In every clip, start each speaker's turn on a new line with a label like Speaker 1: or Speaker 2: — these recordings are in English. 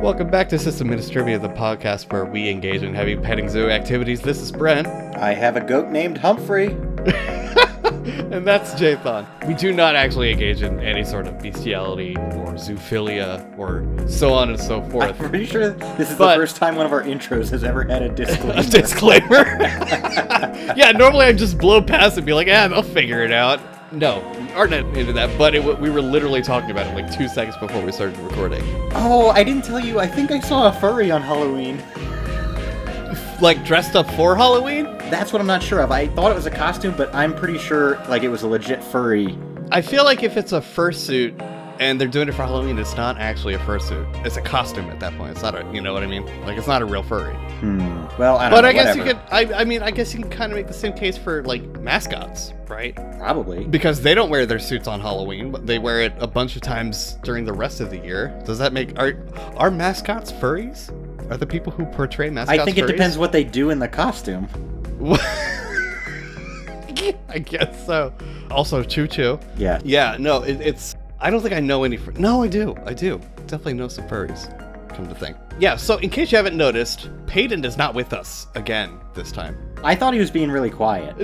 Speaker 1: Welcome back to System Ministrivia, the podcast where we engage in heavy petting zoo activities. This is Brent,
Speaker 2: I have a goat named Humphrey.
Speaker 1: and that's Jathan. We do not actually engage in any sort of bestiality or zoophilia or so on and so
Speaker 2: I'm
Speaker 1: forth.
Speaker 2: pretty sure this is
Speaker 1: But-
Speaker 2: the first time one of our intros has ever had a disclaimer.
Speaker 1: A disclaimer. yeah, normally I just blow past and be like, "Ah, they'll figure it out." No, we aren't into that. But it, w- we were literally talking about it like two seconds before we started recording.
Speaker 2: oh, I didn't tell you. I think I saw a furry on Halloween.
Speaker 1: Like dressed up for Halloween.
Speaker 2: That's what I'm not sure of. I thought it was a costume, but I'm pretty sure like it was a legit furry.
Speaker 1: I feel like if it's a fursuit and they're doing it for Halloween, it's not actually a fursuit. It's a costume at that point. It's not a, you know what I mean? Like it's not a real furry.
Speaker 2: Hmm. Well, I don't
Speaker 1: But
Speaker 2: know.
Speaker 1: I guess you
Speaker 2: whatever.
Speaker 1: could. I, I mean, I guess you can kind of make the same case for like mascots, right?
Speaker 2: probably.
Speaker 1: Because they don't wear their suits on Halloween, but they wear it a bunch of times during the rest of the year. Does that make are are mascots furries? Are the people who portray mascots?
Speaker 2: I think it
Speaker 1: furries?
Speaker 2: depends what they do in the costume.
Speaker 1: I guess so. Also, Choo Choo.
Speaker 2: Yeah.
Speaker 1: Yeah, no, it, it's. I don't think I know any. Fur- no, I do. I do. Definitely know some furries. Come to think. Yeah. So, in case you haven't noticed, Peyton is not with us again this time.
Speaker 2: I thought he was being really quiet.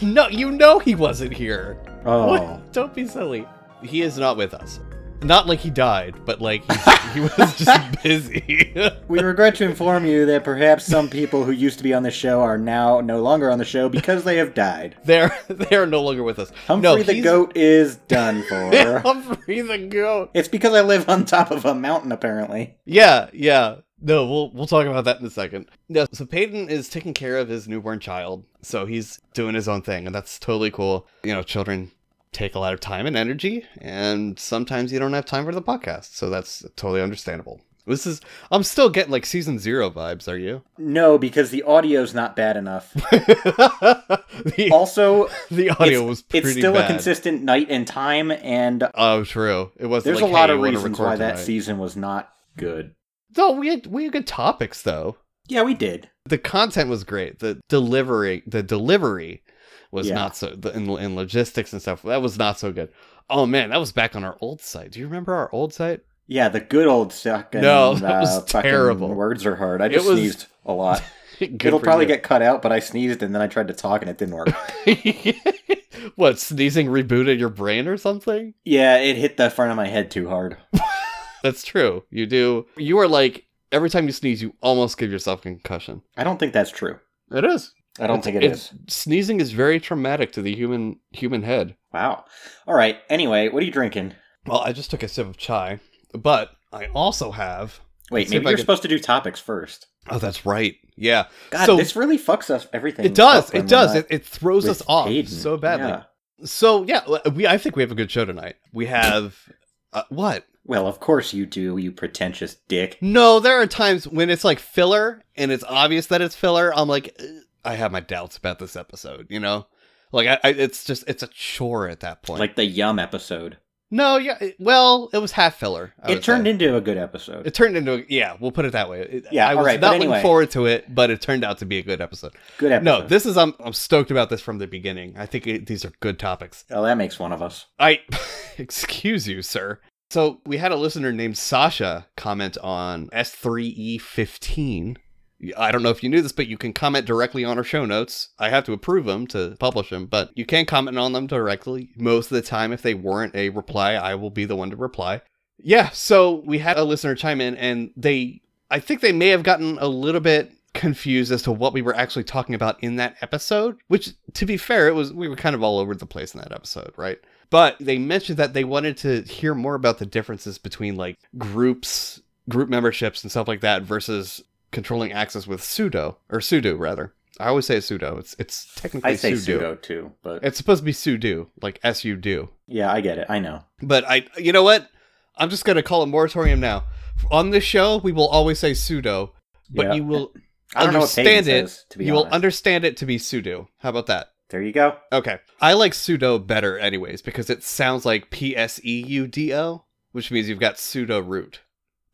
Speaker 1: no, you know he wasn't here.
Speaker 2: Oh.
Speaker 1: What? Don't be silly. He is not with us. Not like he died, but like he's, he was just busy.
Speaker 2: We regret to inform you that perhaps some people who used to be on the show are now no longer on the show because they have died.
Speaker 1: they're they're no longer with us.
Speaker 2: Humphrey
Speaker 1: no,
Speaker 2: the
Speaker 1: he's-
Speaker 2: goat is done for.
Speaker 1: Humphrey the goat.
Speaker 2: It's because I live on top of a mountain, apparently.
Speaker 1: Yeah, yeah. No, we'll we'll talk about that in a second. No, so Peyton is taking care of his newborn child, so he's doing his own thing, and that's totally cool. You know, children take a lot of time and energy, and sometimes you don't have time for the podcast, so that's totally understandable. This is I'm still getting like season zero vibes. Are you?
Speaker 2: No, because the audio's not bad enough.
Speaker 1: the,
Speaker 2: Also,
Speaker 1: the audio was pretty
Speaker 2: it's still
Speaker 1: bad.
Speaker 2: a consistent night and time, and
Speaker 1: Oh, true. It was.
Speaker 2: there's
Speaker 1: like,
Speaker 2: a lot
Speaker 1: hey,
Speaker 2: of
Speaker 1: you wanna
Speaker 2: reasons
Speaker 1: record
Speaker 2: why that
Speaker 1: tonight.
Speaker 2: season was not good.
Speaker 1: No, we had we had good topics though.
Speaker 2: Yeah, we did.
Speaker 1: the content was great. The delivery, the delivery was
Speaker 2: Yeah.
Speaker 1: not so the, in, in logistics and stuff. That was not so good. Oh man, that was back on our old site. Do you remember our old site?
Speaker 2: Yeah, the good old suck. And,
Speaker 1: No, that was
Speaker 2: uh, fucking
Speaker 1: terrible.
Speaker 2: Words are hard. I
Speaker 1: It
Speaker 2: just
Speaker 1: was-
Speaker 2: sneezed a lot.
Speaker 1: Good
Speaker 2: It'll
Speaker 1: for
Speaker 2: probably
Speaker 1: you.
Speaker 2: get cut out, but I sneezed and then I tried to talk and it didn't work.
Speaker 1: what sneezing rebooted your brain or something?
Speaker 2: yeah, it hit the front of my head too hard.
Speaker 1: That's true. You do. You are like every time you sneeze, you almost give yourself a concussion.
Speaker 2: I don't think that's true.
Speaker 1: It is.
Speaker 2: I don't
Speaker 1: It's-
Speaker 2: think it is.
Speaker 1: it's- Sneezing is very traumatic to the human human head.
Speaker 2: Wow. All right. Anyway, what are you drinking?
Speaker 1: Well, I just took a sip of chai, but I also have.
Speaker 2: Wait,
Speaker 1: Let's see if
Speaker 2: maybe
Speaker 1: I
Speaker 2: you're
Speaker 1: can-
Speaker 2: supposed to do topics first.
Speaker 1: Oh, that's right. Yeah.
Speaker 2: God,
Speaker 1: So-
Speaker 2: this really fucks us everything.
Speaker 1: It does.
Speaker 2: up when
Speaker 1: It does.
Speaker 2: we're
Speaker 1: It,
Speaker 2: not
Speaker 1: it throws
Speaker 2: with
Speaker 1: us off
Speaker 2: Aiden.
Speaker 1: so badly.
Speaker 2: Yeah.
Speaker 1: So yeah, we I think we have a good show tonight. We have uh, what?
Speaker 2: Well, of course you do, you pretentious dick.
Speaker 1: No, there are times when it's like filler and it's obvious that it's filler. I'm like, "Ugh, I have my doubts about this episode. You know, like I, I it's just it's a chore at that point.
Speaker 2: Like the Yum episode.
Speaker 1: no, yeah, it- well, it was half filler. I
Speaker 2: It
Speaker 1: would
Speaker 2: turned
Speaker 1: say.
Speaker 2: into a good episode.
Speaker 1: It turned into a, yeah, we'll put it that way. It-
Speaker 2: Yeah,
Speaker 1: I
Speaker 2: all
Speaker 1: was
Speaker 2: right, but
Speaker 1: not looking
Speaker 2: anyway.
Speaker 1: forward to it, but it turned out to be a good episode.
Speaker 2: good episode.
Speaker 1: No, this is I'm I'm stoked about this from the beginning. I think it, these are good topics.
Speaker 2: Oh, that makes one of us.
Speaker 1: I excuse you, sir. So we had a listener named Sasha comment on S3E15. I don't know if you knew this, but you can comment directly on our show notes. I have to approve them to publish them, but you can comment on them directly. Most of the time, if they warrant a reply, I will be the one to reply. Yeah, so we had a listener chime in, and they, I think they may have gotten a little bit confused as to what we were actually talking about in that episode, which, to be fair, it was, we were kind of all over the place in that episode, right? but they mentioned that they wanted to hear more about the differences between like groups group memberships and stuff like that versus controlling access with sudo or sudo rather i always say sudo it's it's technically
Speaker 2: I say
Speaker 1: sudo.
Speaker 2: pseudo too, but
Speaker 1: it's supposed to be sudo like s-u-do
Speaker 2: yeah, I get it. I know.
Speaker 1: but i you know what i'm just gonna call it moratorium now on this show we will always say sudo but
Speaker 2: Yeah.
Speaker 1: you will
Speaker 2: I don't know what
Speaker 1: understand
Speaker 2: Peyton
Speaker 1: it
Speaker 2: says, to be
Speaker 1: you will
Speaker 2: honest.
Speaker 1: understand it to be sudo how about that
Speaker 2: there you go.
Speaker 1: Okay. I like pseudo better anyways because it sounds like P S E U D O, which means you've got pseudo root.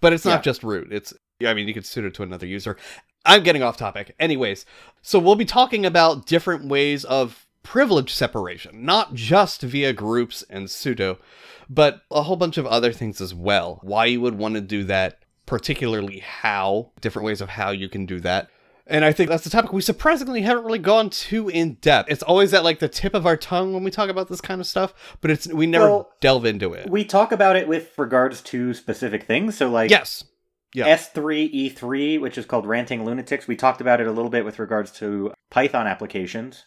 Speaker 1: But it's not
Speaker 2: Yeah.
Speaker 1: just root. It's I mean you could pseudo to another user. I'm getting off topic. Anyways, so we'll be talking about different ways of privilege separation, not just via groups and pseudo, but a whole bunch of other things as well. Why you would want to do that, particularly how, different ways of how you can do that. And I think that's the topic we surprisingly haven't really gone too in depth. It's always at like the tip of our tongue when we talk about this kind of stuff, but it's we never
Speaker 2: Well,
Speaker 1: delve into it.
Speaker 2: We talk about it with regards to specific things. So, like,
Speaker 1: yes. yeah.
Speaker 2: S3E3, E which is called Ranting Lunatics, we talked about it a little bit with regards to Python applications.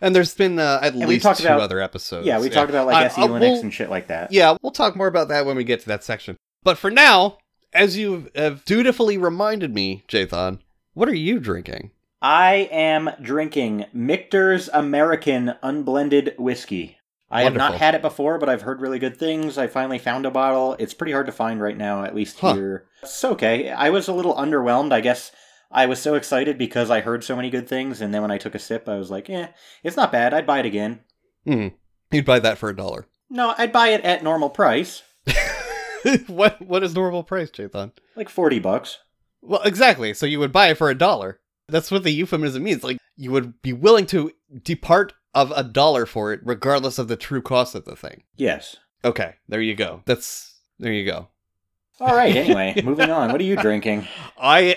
Speaker 1: And there's been uh, at
Speaker 2: we
Speaker 1: least
Speaker 2: talked
Speaker 1: two
Speaker 2: about-
Speaker 1: other episodes.
Speaker 2: yeah, we talked about like
Speaker 1: I-
Speaker 2: SE
Speaker 1: I-
Speaker 2: Linux
Speaker 1: we'll-
Speaker 2: and shit like that.
Speaker 1: Yeah, we'll talk more about that when we get to that section. But for now, as you have dutifully reminded me, Jathan, what are you drinking?
Speaker 2: I am drinking Michter's American Unblended Whiskey. I have not
Speaker 1: Wonderful.
Speaker 2: had it before, but I've heard really good things. I finally found a bottle. It's pretty hard to find right now, at least
Speaker 1: Huh.
Speaker 2: here. It's okay. I was a little underwhelmed. I guess I was so excited because I heard so many good things, and then when I took a sip, I was like, eh, it's not bad. I'd buy it again.
Speaker 1: You'd buy that for a dollar.
Speaker 2: No, I'd buy it at normal price,
Speaker 1: what what is normal price, Jathan?
Speaker 2: like 40 bucks.
Speaker 1: Well, exactly. So you would buy it for a dollar. That's what the euphemism means. Like you would be willing to depart of a dollar for it, regardless of the true cost of the thing.
Speaker 2: Yes.
Speaker 1: Okay, there you go. That's there you go.
Speaker 2: All right, anyway, moving on. What are you drinking?
Speaker 1: I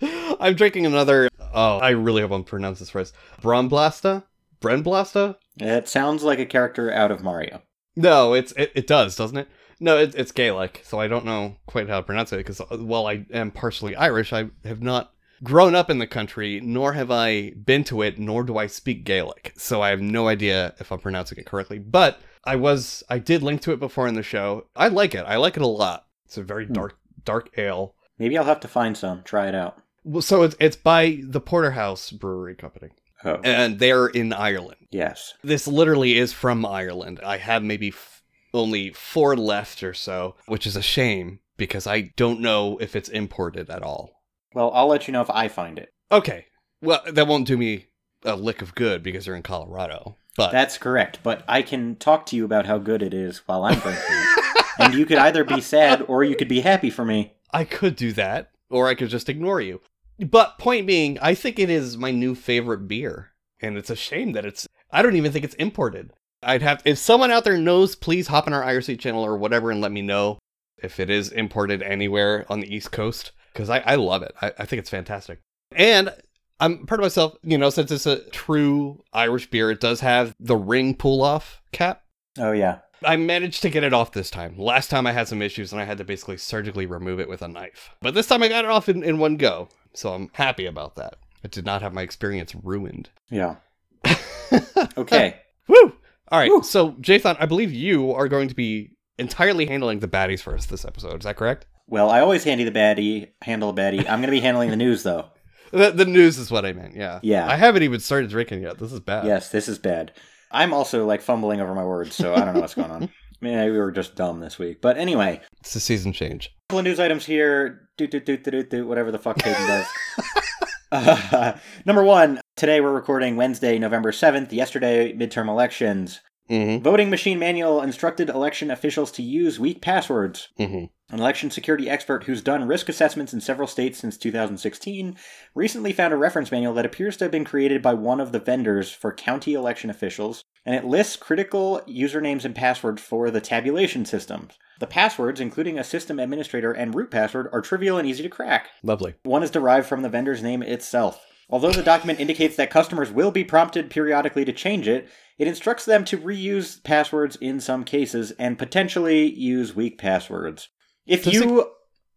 Speaker 1: I'm drinking another oh, I really hope I'm pronouncing this right. Bronblasta? Brenblasta?
Speaker 2: It sounds like a character out of Mario.
Speaker 1: No, it's it, it does, doesn't it? No, it, it's Gaelic, so I don't know quite how to pronounce it because while I am partially Irish, I have not grown up in the country, nor have I been to it, nor do I speak Gaelic, so I have no idea if I'm pronouncing it correctly. But I was I did link to it before in the show. I like it. I like it a lot. It's a very
Speaker 2: Hmm.
Speaker 1: dark dark ale.
Speaker 2: Maybe I'll have to find some. Try it out.
Speaker 1: Well, so it's it's by the Porterhouse Brewery Company,
Speaker 2: Oh,
Speaker 1: and they're in Ireland.
Speaker 2: yes.
Speaker 1: This literally is from Ireland. I have maybe f- only four left or so, which is a shame because I don't know if it's imported at all.
Speaker 2: Well, I'll let you know if I find it.
Speaker 1: Okay, well that won't do me a lick of good because you're in Colorado, but
Speaker 2: That's correct, but I can talk to you about how good it is while I'm drinking. it. and you could either be sad or you could be happy for me.
Speaker 1: I could do that, or I could just ignore you. But point being, I think it is my new favorite beer, and it's a shame that it's. I don't even think it's imported. I'd have if someone out there knows, please hop on our IRC channel or whatever and let me know if it is imported anywhere on the East Coast because I, I love it. I, I think it's fantastic, and I'm proud of myself. You know, since it's a true Irish beer, it does have the ring pull off cap.
Speaker 2: Oh, yeah.
Speaker 1: I managed to get it off this time. Last time I had some issues and I had to basically surgically remove it with a knife. But this time I got it off in, in one go. So I'm happy about that. I did not have my experience ruined.
Speaker 2: Yeah. Okay.
Speaker 1: Woo! All right.
Speaker 2: Woo.
Speaker 1: So, Jathan, I believe you are going to be entirely handling the baddies for us this episode. Is that correct?
Speaker 2: well, I always handy the baddie, handle the baddie. I'm going to be handling the news, though.
Speaker 1: The, the news is what I meant. Yeah.
Speaker 2: Yeah.
Speaker 1: I haven't even started drinking yet. This is bad.
Speaker 2: Yes, this is bad. I'm also, like, fumbling over my words, so I don't know what's going on. Maybe we were just dumb this week. But anyway,
Speaker 1: It's a season change.
Speaker 2: couple of news items here. Do do do do do do whatever the fuck Caden does. Uh, number one, today we're recording Wednesday, November seventh. Yesterday, midterm elections.
Speaker 1: Mm
Speaker 2: Voting machine manual instructed election officials to use weak passwords.
Speaker 1: hmm. Mm
Speaker 2: An election security expert who's done risk assessments in several states since 2016 recently found a reference manual that appears to have been created by one of the vendors for county election officials, and it lists critical usernames and passwords for the tabulation systems. The passwords, including a system administrator and root password, are trivial and easy to crack.
Speaker 1: hmm. Lovely.
Speaker 2: One is derived from the vendor's name itself. Although the document indicates that customers will be prompted periodically to change it, it instructs them to reuse passwords in some cases and potentially use weak passwords. If
Speaker 1: Does
Speaker 2: you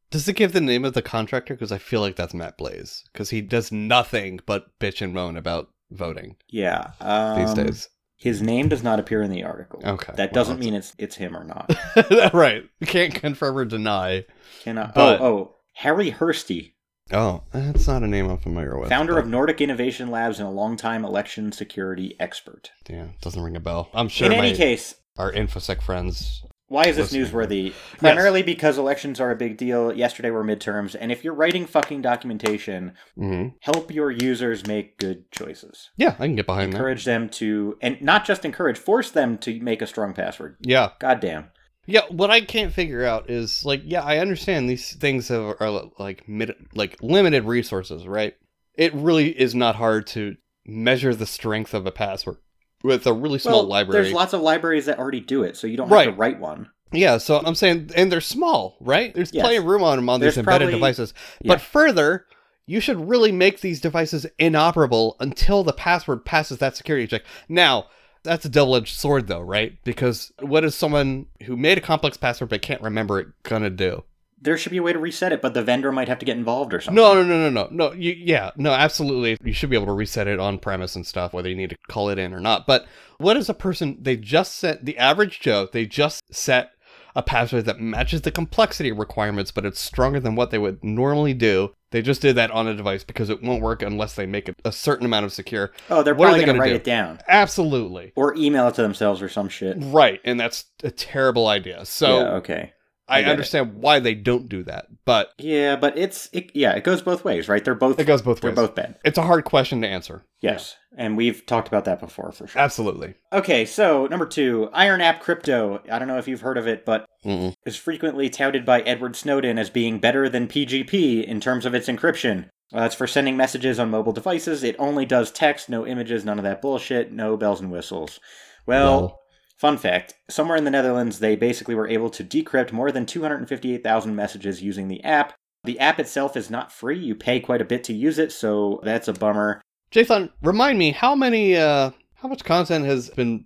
Speaker 1: Does it give the name of the contractor? Because I feel like that's Matt Blaze. Because he does nothing but bitch and moan about voting
Speaker 2: yeah, um,
Speaker 1: these days.
Speaker 2: his name does not appear in the article.
Speaker 1: Okay, well,
Speaker 2: that doesn't
Speaker 1: that's-
Speaker 2: mean it's it's him or not.
Speaker 1: right. Can't confirm or deny.
Speaker 2: Cannot.
Speaker 1: But-
Speaker 2: oh, oh, Harry Hursty,
Speaker 1: Oh, that's not a name I'm familiar with.
Speaker 2: founder
Speaker 1: but-
Speaker 2: of Nordic Innovation Labs and a longtime election security expert.
Speaker 1: Yeah, doesn't ring a bell. I'm sure
Speaker 2: in any
Speaker 1: my-
Speaker 2: case,
Speaker 1: our InfoSec friends.
Speaker 2: Why is this
Speaker 1: Listening.
Speaker 2: newsworthy? Primarily because elections are a big deal. Yesterday were midterms, and if you're writing fucking documentation,
Speaker 1: Mm-hmm.
Speaker 2: help your users make good choices.
Speaker 1: Yeah, I can get behind that.
Speaker 2: Encourage them to, and not just encourage, force them to make a strong password.
Speaker 1: Yeah.
Speaker 2: Goddamn.
Speaker 1: Yeah, what I can't figure out is like, yeah, I understand these things have, are like mid, like limited resources, right? It really is not hard to measure the strength of a password with a really small
Speaker 2: well,
Speaker 1: library.
Speaker 2: There's lots of libraries that already do it, so you don't have
Speaker 1: Right.
Speaker 2: to write one.
Speaker 1: Yeah, so I'm saying, and they're small, right? There's
Speaker 2: Yes.
Speaker 1: plenty of room on them on
Speaker 2: There's
Speaker 1: these embedded
Speaker 2: probably-
Speaker 1: devices.
Speaker 2: Yeah.
Speaker 1: But further, you should really make these devices inoperable until the password passes that security check. Now, that's a double edged sword, though, right? Because what is someone who made a complex password but can't remember it gonna do?
Speaker 2: There should be a way to reset it, but the vendor might have to get involved or something.
Speaker 1: No, no, no, no, no, no. You, yeah, no, absolutely. You should be able to reset it on premise and stuff, whether you need to call it in or not. But what is a person? They just set the average Joe. They just set a password that matches the complexity requirements, but it's stronger than what they would normally do. They just did that on a device because it won't work unless they make it a certain amount of secure.
Speaker 2: Oh, they're
Speaker 1: What are
Speaker 2: probably
Speaker 1: they
Speaker 2: going to
Speaker 1: gonna
Speaker 2: write
Speaker 1: do?
Speaker 2: it down
Speaker 1: Absolutely
Speaker 2: or email it to themselves or some shit.
Speaker 1: right, and that's a terrible idea. So
Speaker 2: yeah, okay. I
Speaker 1: I,
Speaker 2: get it.
Speaker 1: understand why they don't do that, but
Speaker 2: Yeah, but it's it, yeah, it goes both ways, right? They're both
Speaker 1: it goes both
Speaker 2: they're
Speaker 1: ways.
Speaker 2: both bad.
Speaker 1: it's a hard question to answer.
Speaker 2: Yes, and we've talked about that before for sure.
Speaker 1: Absolutely.
Speaker 2: Okay, so number two, Iron App Crypto. I don't know if you've heard of it, but
Speaker 1: Mm-mm.
Speaker 2: is frequently touted by Edward Snowden as being better than PGP in terms of its encryption. Uh, it's for sending messages on mobile devices. It only does text, no images, none of that bullshit, no bells and whistles. Well,
Speaker 1: Well.
Speaker 2: fun fact somewhere in the Netherlands, they basically were able to decrypt more than 258,000 messages using the app. The app itself is not free. You pay quite a bit to use it, so that's a bummer.
Speaker 1: Jathan, remind me how many, uh, how much content has been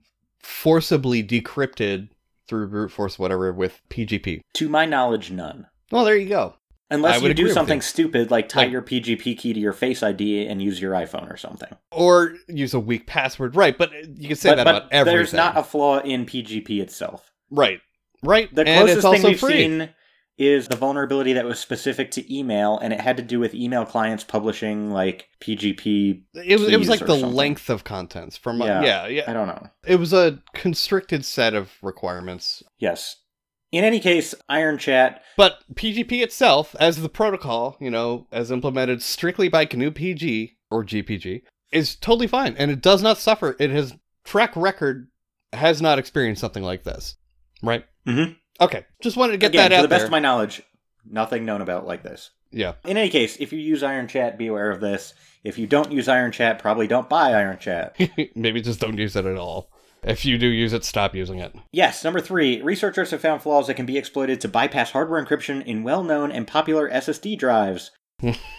Speaker 1: forcibly decrypted through brute force, whatever, with PGP?
Speaker 2: To my knowledge, none.
Speaker 1: Well, there you go. I
Speaker 2: Unless
Speaker 1: would
Speaker 2: you
Speaker 1: agree
Speaker 2: do
Speaker 1: with
Speaker 2: something
Speaker 1: you.
Speaker 2: stupid like tie
Speaker 1: Like-
Speaker 2: your PGP key to your Face ID and use your iPhone or something.
Speaker 1: Or use a weak password, right? But you can say that about everything.
Speaker 2: There's not a flaw in PGP itself.
Speaker 1: right, right.
Speaker 2: The
Speaker 1: and it's
Speaker 2: closest thing
Speaker 1: also
Speaker 2: we've
Speaker 1: free.
Speaker 2: seen is the vulnerability that was specific to email, and it had to do with email clients publishing like PGP.
Speaker 1: it was it was
Speaker 2: keys
Speaker 1: like
Speaker 2: or
Speaker 1: the
Speaker 2: something.
Speaker 1: length of contents from yeah.
Speaker 2: Yeah.
Speaker 1: yeah yeah.
Speaker 2: I don't know.
Speaker 1: It was a constricted set of requirements.
Speaker 2: Yes. In any case, Iron Chat.
Speaker 1: But PGP itself, as the protocol, you know, as implemented strictly by GNU PG or GPG, is totally fine and it does not suffer. It has track record has not experienced something like this, right?
Speaker 2: Mhm.
Speaker 1: Okay, just wanted to get
Speaker 2: again,
Speaker 1: that
Speaker 2: to
Speaker 1: out
Speaker 2: the best
Speaker 1: there.
Speaker 2: of my knowledge, nothing known about like this.
Speaker 1: yeah,
Speaker 2: In any case, if you use Iron Chat, be aware of this. If you don't use Iron Chat, probably don't buy Iron Chat.
Speaker 1: maybe just don't use it at all. If you do use it, stop using it.
Speaker 2: Yes, number three, researchers have found flaws that can be exploited to bypass hardware encryption in well known and popular SSD drives.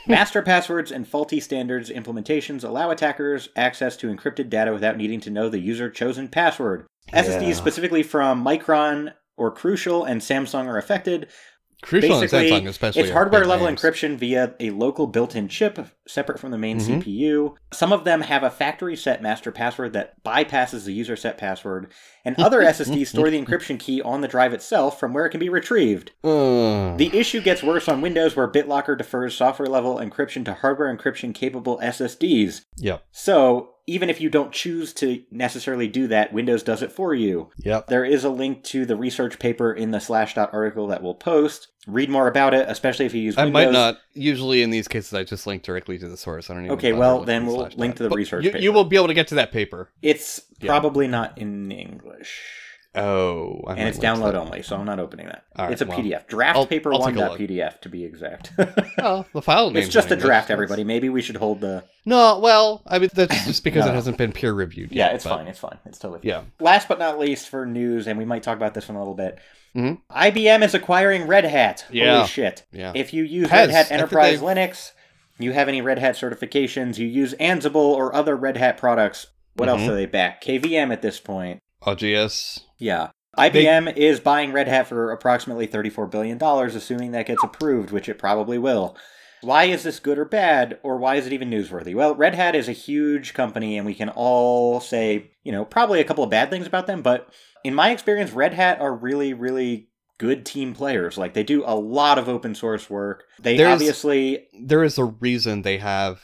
Speaker 2: Master passwords and faulty standards implementations allow attackers access to encrypted data without needing to know the user chosen password. SSDs
Speaker 1: Yeah.
Speaker 2: specifically from Micron or Crucial and Samsung are affected.
Speaker 1: Crucial and
Speaker 2: Basically,
Speaker 1: Samsung, especially.
Speaker 2: it's
Speaker 1: are
Speaker 2: hardware
Speaker 1: big
Speaker 2: level
Speaker 1: names.
Speaker 2: encryption via a local built in chip separate from the main
Speaker 1: Mhm.
Speaker 2: CPU. Some of them have a factory set master password that bypasses the user set password, and other SSDs store the encryption key on the drive itself from where it can be retrieved.
Speaker 1: Uh,
Speaker 2: The issue gets worse on Windows, where BitLocker defers software level encryption to hardware encryption capable SSDs.
Speaker 1: Yep.
Speaker 2: So, even if you don't choose to necessarily do that, Windows does it for you.
Speaker 1: Yep.
Speaker 2: There is a link to the research paper in the Slashdot article that we'll post. Read more about it, especially if you use
Speaker 1: I
Speaker 2: Windows.
Speaker 1: might not. Usually, in these cases, I just link directly to the source. I don't even.
Speaker 2: Okay,
Speaker 1: bother
Speaker 2: well,
Speaker 1: looking
Speaker 2: then
Speaker 1: at
Speaker 2: we'll
Speaker 1: Slashdot.
Speaker 2: link to the
Speaker 1: But
Speaker 2: research
Speaker 1: You,
Speaker 2: paper.
Speaker 1: you will be able to get to that paper.
Speaker 2: It's
Speaker 1: Yeah.
Speaker 2: probably not in English.
Speaker 1: Oh, I
Speaker 2: and it's download only, so I'm not opening that.
Speaker 1: All right,
Speaker 2: it's a
Speaker 1: well,
Speaker 2: PDF. Draft
Speaker 1: I'll-
Speaker 2: paper
Speaker 1: I'll take a look.
Speaker 2: 1.pdf to be exact.
Speaker 1: Oh, the file name.
Speaker 2: it's just a draft, everybody. Maybe we should hold the.
Speaker 1: No, well, I mean that's just because
Speaker 2: No.
Speaker 1: it hasn't been peer reviewed.
Speaker 2: Yeah,
Speaker 1: yet,
Speaker 2: it's
Speaker 1: but-
Speaker 2: fine. It's fine. It's totally fine.
Speaker 1: Yeah.
Speaker 2: Last but not least for news, and we might talk about this in a little bit
Speaker 1: Mhm.
Speaker 2: IBM is acquiring Red Hat.
Speaker 1: Yeah.
Speaker 2: Holy shit.
Speaker 1: Yeah.
Speaker 2: If you use
Speaker 1: Has.
Speaker 2: Red Hat
Speaker 1: I think
Speaker 2: Enterprise
Speaker 1: they-
Speaker 2: Linux, you have any Red Hat certifications, you use Ansible or other Red Hat products, what else
Speaker 1: Mhm.
Speaker 2: are they back? KVM at this point.
Speaker 1: OGS.
Speaker 2: Yeah. IBM is buying Red Hat for approximately $34 billion, assuming that gets approved, which it probably will. Why is this good or bad, or why is it even newsworthy? Well, Red Hat is a huge company, and we can all say, you know, probably a couple of bad things about them, but in my experience, Red Hat are really, really good team players. Like, they do a lot of open source work. They
Speaker 1: There's-
Speaker 2: obviously,
Speaker 1: There is a reason they have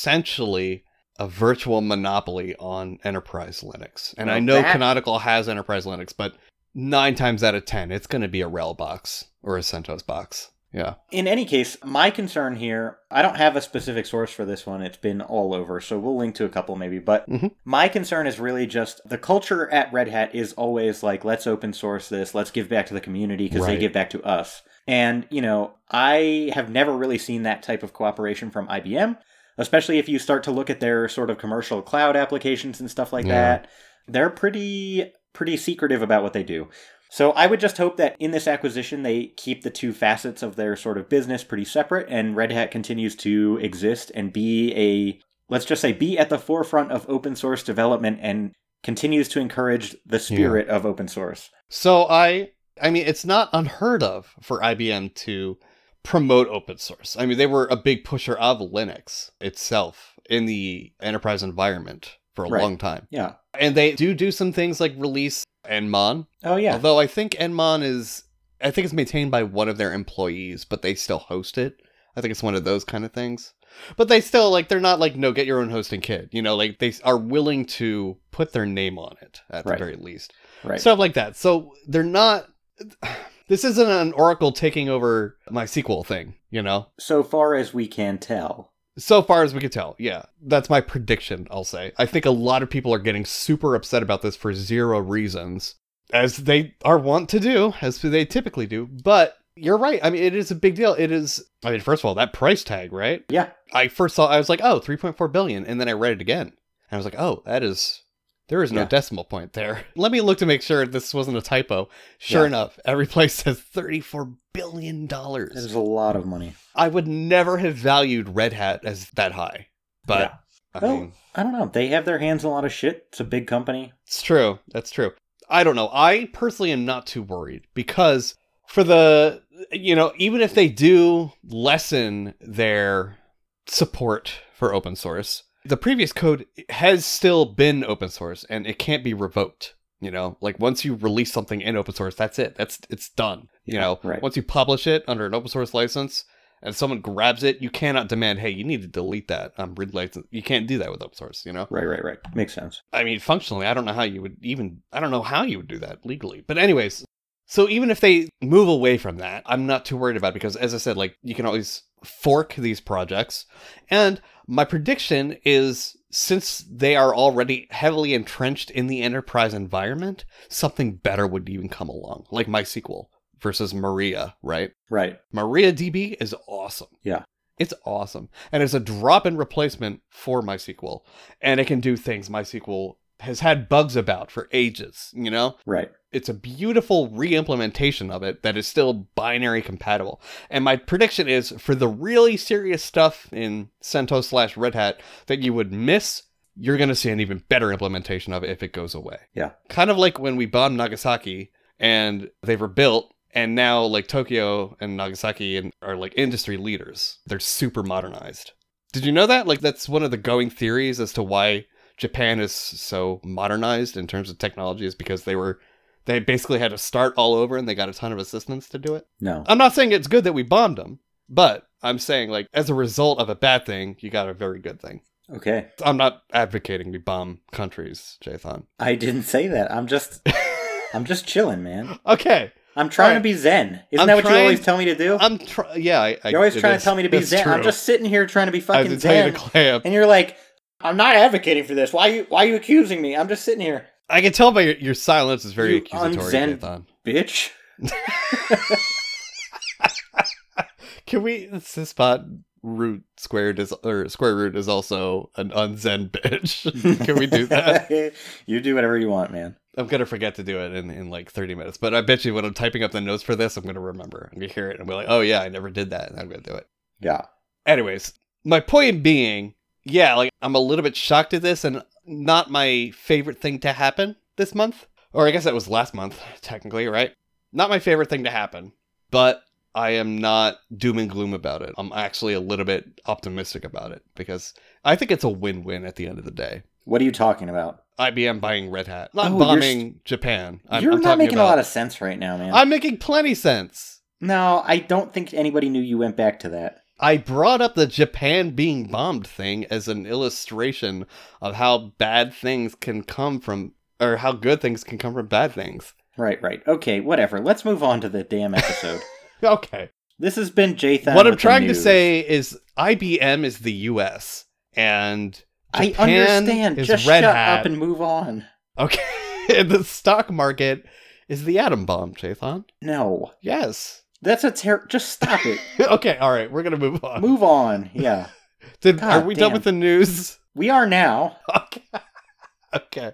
Speaker 1: essentially a virtual monopoly on enterprise Linux, and I
Speaker 2: Well,
Speaker 1: know
Speaker 2: that-
Speaker 1: Canonical has enterprise Linux, but nine times out of ten, it's going to be a RHEL box or a CentOS box. Yeah.
Speaker 2: in any case, my concern here, I don't have a specific source for this one. It's been all over, so we'll link to a couple maybe, but
Speaker 1: Mhm.
Speaker 2: my concern is really just the culture at Red Hat is always like, let's open source this, let's give back to the community because they
Speaker 1: Right.
Speaker 2: give back to us. And, you know, I have never really seen that type of cooperation from IBM, especially if you start to look at their sort of commercial cloud applications and stuff like
Speaker 1: Yeah.
Speaker 2: that. They're pretty pretty secretive about what they do. So I would just hope that in this acquisition, they keep the two facets of their sort of business pretty separate, and Red Hat continues to exist and be a, let's just say, be at the forefront of open source development and continues to encourage the spirit of open source.
Speaker 1: So I I mean it's not unheard of for IBM to promote open source. I mean they were a big pusher of Linux itself in the enterprise environment for a
Speaker 2: Right.
Speaker 1: long time.
Speaker 2: Yeah.
Speaker 1: And they do do some things like release Nmon,
Speaker 2: Oh, yeah.
Speaker 1: although I think Nmon is I think it's maintained by one of their employees, but they still host it. I think it's one of those kind of things. But they still like they're not like no get your own hosting kid, you know, like they are willing to put their name on it at
Speaker 2: Right.
Speaker 1: the very least
Speaker 2: right.
Speaker 1: stuff like that. So they're not. This isn't an Oracle taking over my MySQL thing, you know.
Speaker 2: so far as we can tell.
Speaker 1: So far as we can tell, yeah, that's my prediction. I'll say. I think a lot of people are getting super upset about this for zero reasons, as they are wont to do, as they typically do. But you're right. I mean, it is a big deal. It is. I mean, first of all, that price tag, right?
Speaker 2: Yeah.
Speaker 1: I first saw. I was like, oh, 3.4 billion, and then I read it again, and I was like, oh, that is. There is no
Speaker 2: Yeah.
Speaker 1: decimal point there. Let me look to make sure this wasn't a typo. Sure
Speaker 2: Yeah.
Speaker 1: enough, every place says 34 billion dollars.
Speaker 2: There's a lot of money.
Speaker 1: I would never have valued Red Hat as that high, but I
Speaker 2: Well-
Speaker 1: mean,
Speaker 2: I don't know. They have their hands in a lot of shit. It's a big company.
Speaker 1: it's true. That's true. I don't know. I personally am not too worried because for the you know even if they do lessen their support for open source, the previous code has still been open source and it can't be revoked. You know, like once you release something in open source, that's it. That's it's done. You
Speaker 2: Yeah,
Speaker 1: know,
Speaker 2: right.
Speaker 1: once you publish it under an open source license and someone grabs it, you cannot demand, hey, you need to delete that. I'm re-licensed. You can't do that with open source. You know,
Speaker 2: Right, right, right. Makes sense.
Speaker 1: I mean, functionally, I don't know how you would even, I don't know how you would do that legally. But, anyways, so even if they move away from that, I'm not too worried about it because, as I said, like you can always fork these projects. And my prediction is since they are already heavily entrenched in the enterprise environment, something better would even come along, like MySQL versus Maria, right?
Speaker 2: Right.
Speaker 1: MariaDB is awesome.
Speaker 2: Yeah.
Speaker 1: It's awesome. And it's a drop in replacement for MySQL. And it can do things MySQL has had bugs about for ages, you know?
Speaker 2: Right.
Speaker 1: It's a beautiful re implementation of it that is still binary compatible. And my prediction is for the really serious stuff in CentOS slash Red Hat that you would miss, you're going to see an even better implementation of it if it goes away.
Speaker 2: Yeah.
Speaker 1: Kind of like when we bombed Nagasaki and they were built, and now like Tokyo and Nagasaki and are like industry leaders. They're super modernized. Did you know that? Like, that's one of the going theories as to why Japan is so modernized in terms of technology is because they were they basically had to start all over and they got a ton of assistance to do it.
Speaker 2: No.
Speaker 1: I'm not saying it's good that we bombed them, but I'm saying like as a result of a bad thing, you got a very good thing.
Speaker 2: Okay.
Speaker 1: I'm not advocating we bomb countries, Jathan.
Speaker 2: I didn't say that. I'm just I'm just chilling, man.
Speaker 1: okay,
Speaker 2: I'm trying to
Speaker 1: Alright.
Speaker 2: be zen. Isn't
Speaker 1: I'm
Speaker 2: that what you
Speaker 1: trying-
Speaker 2: always tell me to do?
Speaker 1: I'm try- yeah. I, I,
Speaker 2: You're always
Speaker 1: it
Speaker 2: trying
Speaker 1: is-
Speaker 2: to tell me to be
Speaker 1: it's
Speaker 2: zen. I'm
Speaker 1: true.
Speaker 2: just sitting here trying to be
Speaker 1: I have
Speaker 2: fucking
Speaker 1: to tell you
Speaker 2: zen.
Speaker 1: to clam.
Speaker 2: and you're like, I'm not advocating for this. Why you why you accusing me? I'm just sitting here.
Speaker 1: I can tell by your, your silence is very
Speaker 2: You
Speaker 1: accusatory,
Speaker 2: unzen-
Speaker 1: Jathan.
Speaker 2: Bitch.
Speaker 1: Can we syspot root squared is or square root is also an unzen bitch? Can we do that?
Speaker 2: you do whatever you want, man.
Speaker 1: I'm gonna forget to do it in, in like 30 minutes, but I bet you when I'm typing up the notes for this, I'm gonna remember. I'm gonna hear it and be like, oh yeah, I never did that, and I'm gonna do it.
Speaker 2: Yeah.
Speaker 1: Anyways, my point being, yeah, like I'm a little bit shocked at this, and not my favorite thing to happen this month, or I guess that was last month technically, right? Not my favorite thing to happen, but I am not doom and gloom about it. I'm actually a little bit optimistic about it because I think it's a win-win at the end of the day.
Speaker 2: What are you talking about?
Speaker 1: IBM buying Red Hat, not
Speaker 2: Oh, you're s-
Speaker 1: bombing Japan. I'm,
Speaker 2: you're
Speaker 1: I'm
Speaker 2: not
Speaker 1: talking
Speaker 2: making
Speaker 1: about,
Speaker 2: a lot of sense right now, man.
Speaker 1: I'm making plenty sense.
Speaker 2: no, I don't think anybody knew you went back to that.
Speaker 1: I brought up the Japan being bombed thing as an illustration of how bad things can come from, or how good things can come from bad things.
Speaker 2: Right, right. Okay, whatever. Let's move on to the damn episode.
Speaker 1: Okay.
Speaker 2: this has been Jathan.
Speaker 1: what
Speaker 2: with
Speaker 1: I'm
Speaker 2: the
Speaker 1: trying to
Speaker 2: news.
Speaker 1: say is IBM is the U.S. and
Speaker 2: I
Speaker 1: Japan
Speaker 2: understand.
Speaker 1: is
Speaker 2: Just
Speaker 1: Red
Speaker 2: shut
Speaker 1: Hat.
Speaker 2: up and move on.
Speaker 1: okay, and the stock market is the atom bomb, Chaython.
Speaker 2: No,
Speaker 1: Yes.
Speaker 2: that's a ter- Just stop it.
Speaker 1: okay. All right. We're gonna move on.
Speaker 2: move on. Yeah,
Speaker 1: Did,
Speaker 2: God
Speaker 1: are we
Speaker 2: damn.
Speaker 1: done with the news?
Speaker 2: we are now.
Speaker 1: Okay. okay.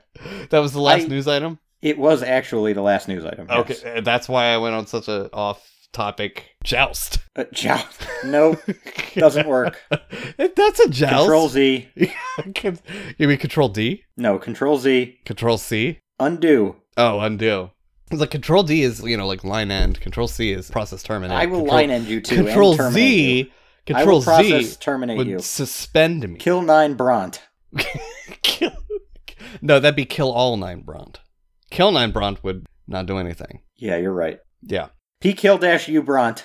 Speaker 1: That was the last
Speaker 2: I-
Speaker 1: news item.
Speaker 2: It was actually the last news item. yes.
Speaker 1: Okay, uh, that's why I went on such a off-topic joust.
Speaker 2: Uh, joust. No, doesn't work.
Speaker 1: If that's a joust.
Speaker 2: Control Z.
Speaker 1: Can- you mean Control D?
Speaker 2: No, Control Z.
Speaker 1: Control C?
Speaker 2: Undo.
Speaker 1: Oh, undo. Like Control D is you know like line end. Control C is process terminate.
Speaker 2: I will
Speaker 1: Control-
Speaker 2: line end you too.
Speaker 1: Control
Speaker 2: and terminate
Speaker 1: Z.
Speaker 2: you. I
Speaker 1: Control
Speaker 2: will process
Speaker 1: Z
Speaker 2: terminate
Speaker 1: would
Speaker 2: you.
Speaker 1: suspend me.
Speaker 2: Kill nine Bront.
Speaker 1: Kill. No, that'd be kill all nine Bront. Kill nine Bront would not do anything.
Speaker 2: Yeah, you're right.
Speaker 1: Yeah.
Speaker 2: P kill dash U Bront.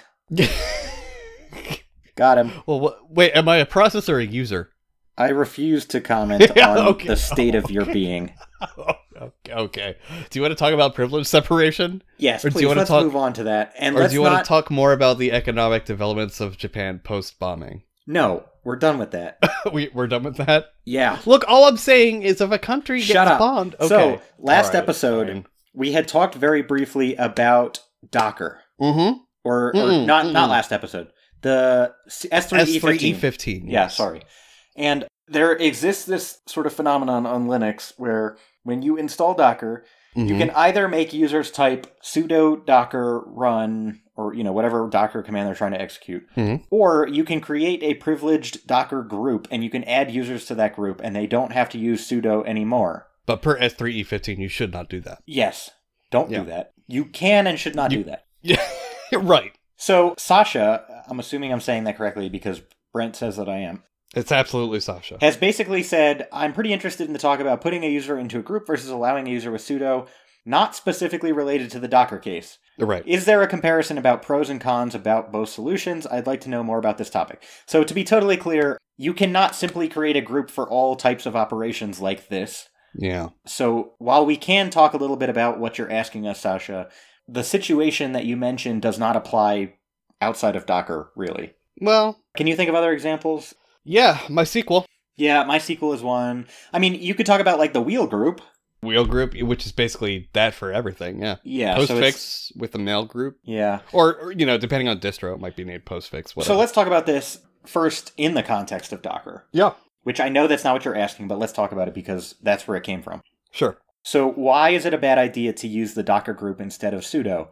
Speaker 2: Got him.
Speaker 1: well, wha- wait. Am I a process or a user?
Speaker 2: I refuse to comment
Speaker 1: Yeah,
Speaker 2: on
Speaker 1: okay.
Speaker 2: the state of your being.
Speaker 1: Oh, okay. Do you want to talk about privilege separation,
Speaker 2: Yes,
Speaker 1: Or do you
Speaker 2: please.
Speaker 1: wanna
Speaker 2: Let's
Speaker 1: talk-
Speaker 2: move on to that. And
Speaker 1: or
Speaker 2: let's
Speaker 1: do you
Speaker 2: not.
Speaker 1: want to talk more about the economic developments of Japan post bombing?
Speaker 2: no, we're done with that.
Speaker 1: we, we're done with that.
Speaker 2: Yeah.
Speaker 1: Look, all I'm saying is if a country gets
Speaker 2: Shut up.
Speaker 1: bombed, okay.
Speaker 2: So last episode,
Speaker 1: fine.
Speaker 2: we had talked very briefly about Docker,
Speaker 1: Mm-hmm.
Speaker 2: or, or
Speaker 1: Mm-mm,
Speaker 2: not
Speaker 1: mm-mm.
Speaker 2: not last episode. The S three E fifteen.
Speaker 1: S3E15.
Speaker 2: Yeah,
Speaker 1: yes.
Speaker 2: sorry. And there exists this sort of phenomenon on Linux where when you install Docker, you
Speaker 1: Mhm.
Speaker 2: can either make users type sudo docker run or you know whatever docker command they're trying to execute
Speaker 1: Mhm.
Speaker 2: or you can create a privileged docker group and you can add users to that group and they don't have to use sudo anymore.
Speaker 1: But per S3E15, you should not do that.
Speaker 2: Yes. Don't
Speaker 1: Yeah.
Speaker 2: do that. You can and should not
Speaker 1: You-
Speaker 2: do that.
Speaker 1: Yeah, right.
Speaker 2: So Sasha, I'm assuming I'm saying that correctly because Brent says that I am.
Speaker 1: It's absolutely Sasha.
Speaker 2: has basically said, I'm pretty interested in the talk about putting a user into a group versus allowing a user with sudo, not specifically related to the Docker case.
Speaker 1: right.
Speaker 2: Is there a comparison about pros and cons about both solutions? I'd like to know more about this topic. So, to be totally clear, you cannot simply create a group for all types of operations like this.
Speaker 1: Yeah.
Speaker 2: So, while we can talk a little bit about what you're asking us, Sasha, the situation that you mentioned does not apply outside of Docker, really.
Speaker 1: Well,
Speaker 2: Can you think of other examples?
Speaker 1: yeah, my sequel.
Speaker 2: Yeah, MySQL is one. I mean, you could talk about like the wheel group.
Speaker 1: Wheel group, which is basically that for everything, yeah.
Speaker 2: Yeah. so
Speaker 1: postfix
Speaker 2: it's-
Speaker 1: with the mail group.
Speaker 2: yeah.
Speaker 1: Or, or, you know, depending on distro, it might be named postfix. Whatever.
Speaker 2: So let's talk about this first in the context of Docker,
Speaker 1: Yeah,
Speaker 2: which I know that's not what you're asking, but let's talk about it because that's where it came from.
Speaker 1: sure.
Speaker 2: So why is it a bad idea to use the Docker group instead of sudo?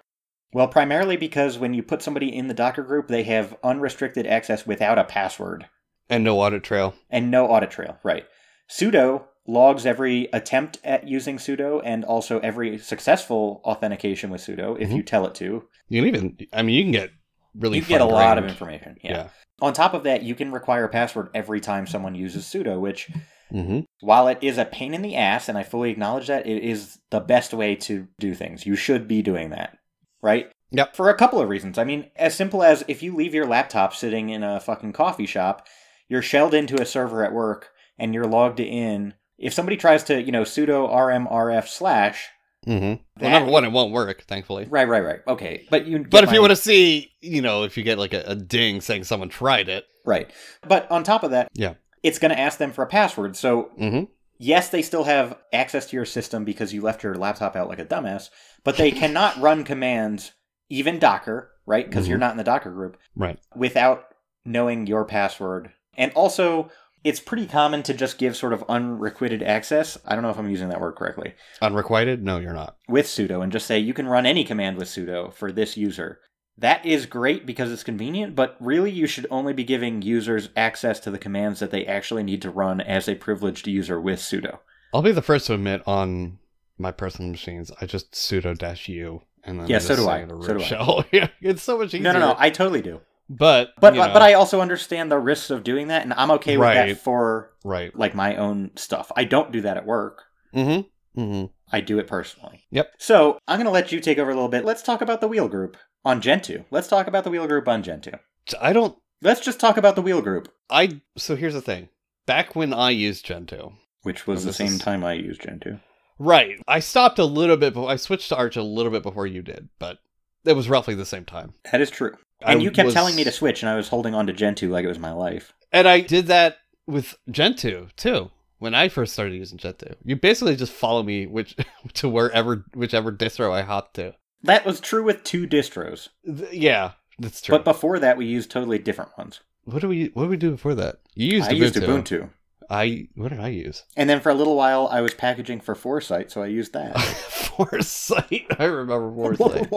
Speaker 2: Well, primarily because when you put somebody in the Docker group, they have unrestricted access without a password.
Speaker 1: And no audit trail.
Speaker 2: and no audit trail. Right. Sudo logs every attempt at using sudo and also every successful authentication with sudo if you tell it to.
Speaker 1: You can even, I mean, you can get Mhm. really
Speaker 2: you get a
Speaker 1: fine
Speaker 2: lot of
Speaker 1: grained.
Speaker 2: information. Yeah.
Speaker 1: Yeah.
Speaker 2: On top of that, you can require a password every time someone uses sudo, which
Speaker 1: hmm
Speaker 2: while it is a pain in the ass and I fully acknowledge that, it is the best way to do things. You should be doing that. Right?
Speaker 1: Yep.
Speaker 2: For a couple of reasons. I mean, as simple as if you leave your laptop sitting in a fucking coffee shop, you're shelled into a server at work and you're logged in. If somebody tries to, you know, sudo rmrf slash,
Speaker 1: hmm Well,
Speaker 2: That-
Speaker 1: number one, it won't work, thankfully.
Speaker 2: right, right, right. Okay. But you
Speaker 1: But if you want to see, you know, if you get like a, a ding saying someone tried it,
Speaker 2: Right. But on top of that,
Speaker 1: Yeah.
Speaker 2: it's going to ask them for a password. So
Speaker 1: mm-hmm.
Speaker 2: yes, they still have access to your system because you left your laptop out like a dumbass, but they cannot run commands, even Docker, right? Because you're not in the Docker group,
Speaker 1: Right.
Speaker 2: without knowing your password. And also, it's pretty common to just give sort of unrequited access. I don't know if I'm using that word correctly
Speaker 1: unrequited, no, you're not.
Speaker 2: with sudo and just say you can run any command with sudo for this user. That is great because it's convenient, but really you should only be giving users access to the commands that they actually need to run as a privileged user with sudo.
Speaker 1: I'll be the first to admit on my personal machines, I just sudo dash u and then
Speaker 2: Yeah,
Speaker 1: I just
Speaker 2: so do
Speaker 1: say
Speaker 2: I.
Speaker 1: it a
Speaker 2: So
Speaker 1: root
Speaker 2: do I.
Speaker 1: shell. yeah, it's so much easier.
Speaker 2: No, no, no, I totally do.
Speaker 1: but
Speaker 2: But
Speaker 1: you know,
Speaker 2: but I also understand the risks of doing that, and I'm okay with
Speaker 1: Right.
Speaker 2: that for
Speaker 1: right.
Speaker 2: like my own stuff. I don't do that at work.
Speaker 1: Mm-hmm. Mm-hmm.
Speaker 2: I do it personally.
Speaker 1: Yep.
Speaker 2: So I'm gonna let you take over a little bit. Let's talk about the wheel group on Gentoo. Let's talk about the wheel group on Gentoo.
Speaker 1: I don't.
Speaker 2: Let's just talk about the wheel group,
Speaker 1: I so here's the thing. Back when I used Gentoo,
Speaker 2: which was
Speaker 1: Oh,
Speaker 2: the
Speaker 1: this
Speaker 2: same
Speaker 1: is-
Speaker 2: time I used Gentoo.
Speaker 1: right? I stopped a little bit. Before, I switched to Arch a little bit before you did, but it was roughly the same time.
Speaker 2: That is true.
Speaker 1: I
Speaker 2: And you kept
Speaker 1: was-
Speaker 2: telling me to switch, and I was holding on to Gentoo like it was my life.
Speaker 1: And I did that with Gentoo too. When I first started using Gentoo, you basically just follow me which to wherever whichever distro I hop to.
Speaker 2: That was true with two distros,
Speaker 1: Th- yeah, that's true.
Speaker 2: but before that, we used totally different ones.
Speaker 1: what do we what do we do before that? You used
Speaker 2: I
Speaker 1: Ubuntu.
Speaker 2: used Ubuntu.
Speaker 1: I what did I use?
Speaker 2: And then for a little while, I was packaging for Foresight, so I used that.
Speaker 1: Foresight. I remember Foresight.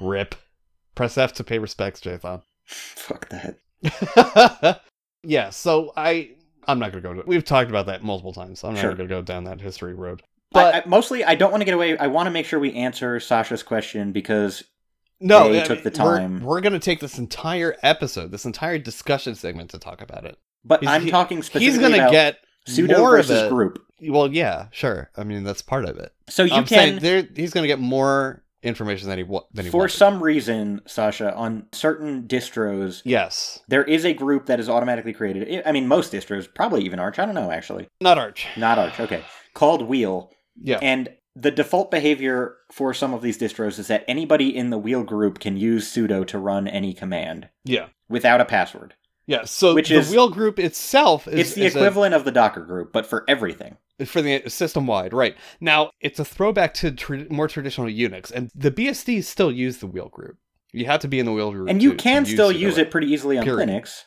Speaker 1: Rip. Press F to pay respects, Jathan.
Speaker 2: Fuck that.
Speaker 1: yeah, so I I'm not gonna go to We've talked about that multiple times, so I'm not
Speaker 2: Sure.
Speaker 1: gonna go down that history road.
Speaker 2: But
Speaker 1: But
Speaker 2: I, I- mostly, I don't want to get away. I want to make sure we answer Sasha's question because
Speaker 1: no,
Speaker 2: they
Speaker 1: I
Speaker 2: took the
Speaker 1: we're-
Speaker 2: time.
Speaker 1: We're, gonna take this entire episode, this entire discussion segment to talk about it.
Speaker 2: But
Speaker 1: He's-
Speaker 2: I'm
Speaker 1: he-
Speaker 2: talking specifically
Speaker 1: He's gonna
Speaker 2: about
Speaker 1: get
Speaker 2: pseudo
Speaker 1: more of
Speaker 2: versus
Speaker 1: it.
Speaker 2: group.
Speaker 1: well, yeah, sure. I mean, that's part of it.
Speaker 2: So you
Speaker 1: I'm saying
Speaker 2: can,
Speaker 1: there, he's gonna get more information than he wa- than he
Speaker 2: for
Speaker 1: wanted.
Speaker 2: some reason, Sasha, on certain distros,
Speaker 1: Yes,
Speaker 2: there is a group that is automatically created. I I mean, most distros, probably even Arch. I don't know actually.
Speaker 1: not Arch.
Speaker 2: Not Arch. Okay, called Wheel,
Speaker 1: Yeah,
Speaker 2: and the default behavior for some of these distros is that anybody in the Wheel group can use sudo to run any command
Speaker 1: yeah,
Speaker 2: without a password.
Speaker 1: yeah. So
Speaker 2: Which
Speaker 1: the
Speaker 2: is-
Speaker 1: wheel group itself is
Speaker 2: it's the
Speaker 1: is a-
Speaker 2: equivalent of the Docker group, but for everything.
Speaker 1: for the system wide, right? Now it's a throwback to tra- more traditional Unix, and the BSDs still use the wheel group. You have to be in the wheel group,
Speaker 2: And you
Speaker 1: to-
Speaker 2: can
Speaker 1: to
Speaker 2: still
Speaker 1: that
Speaker 2: use
Speaker 1: way.
Speaker 2: it pretty easily on
Speaker 1: Period.
Speaker 2: Linux.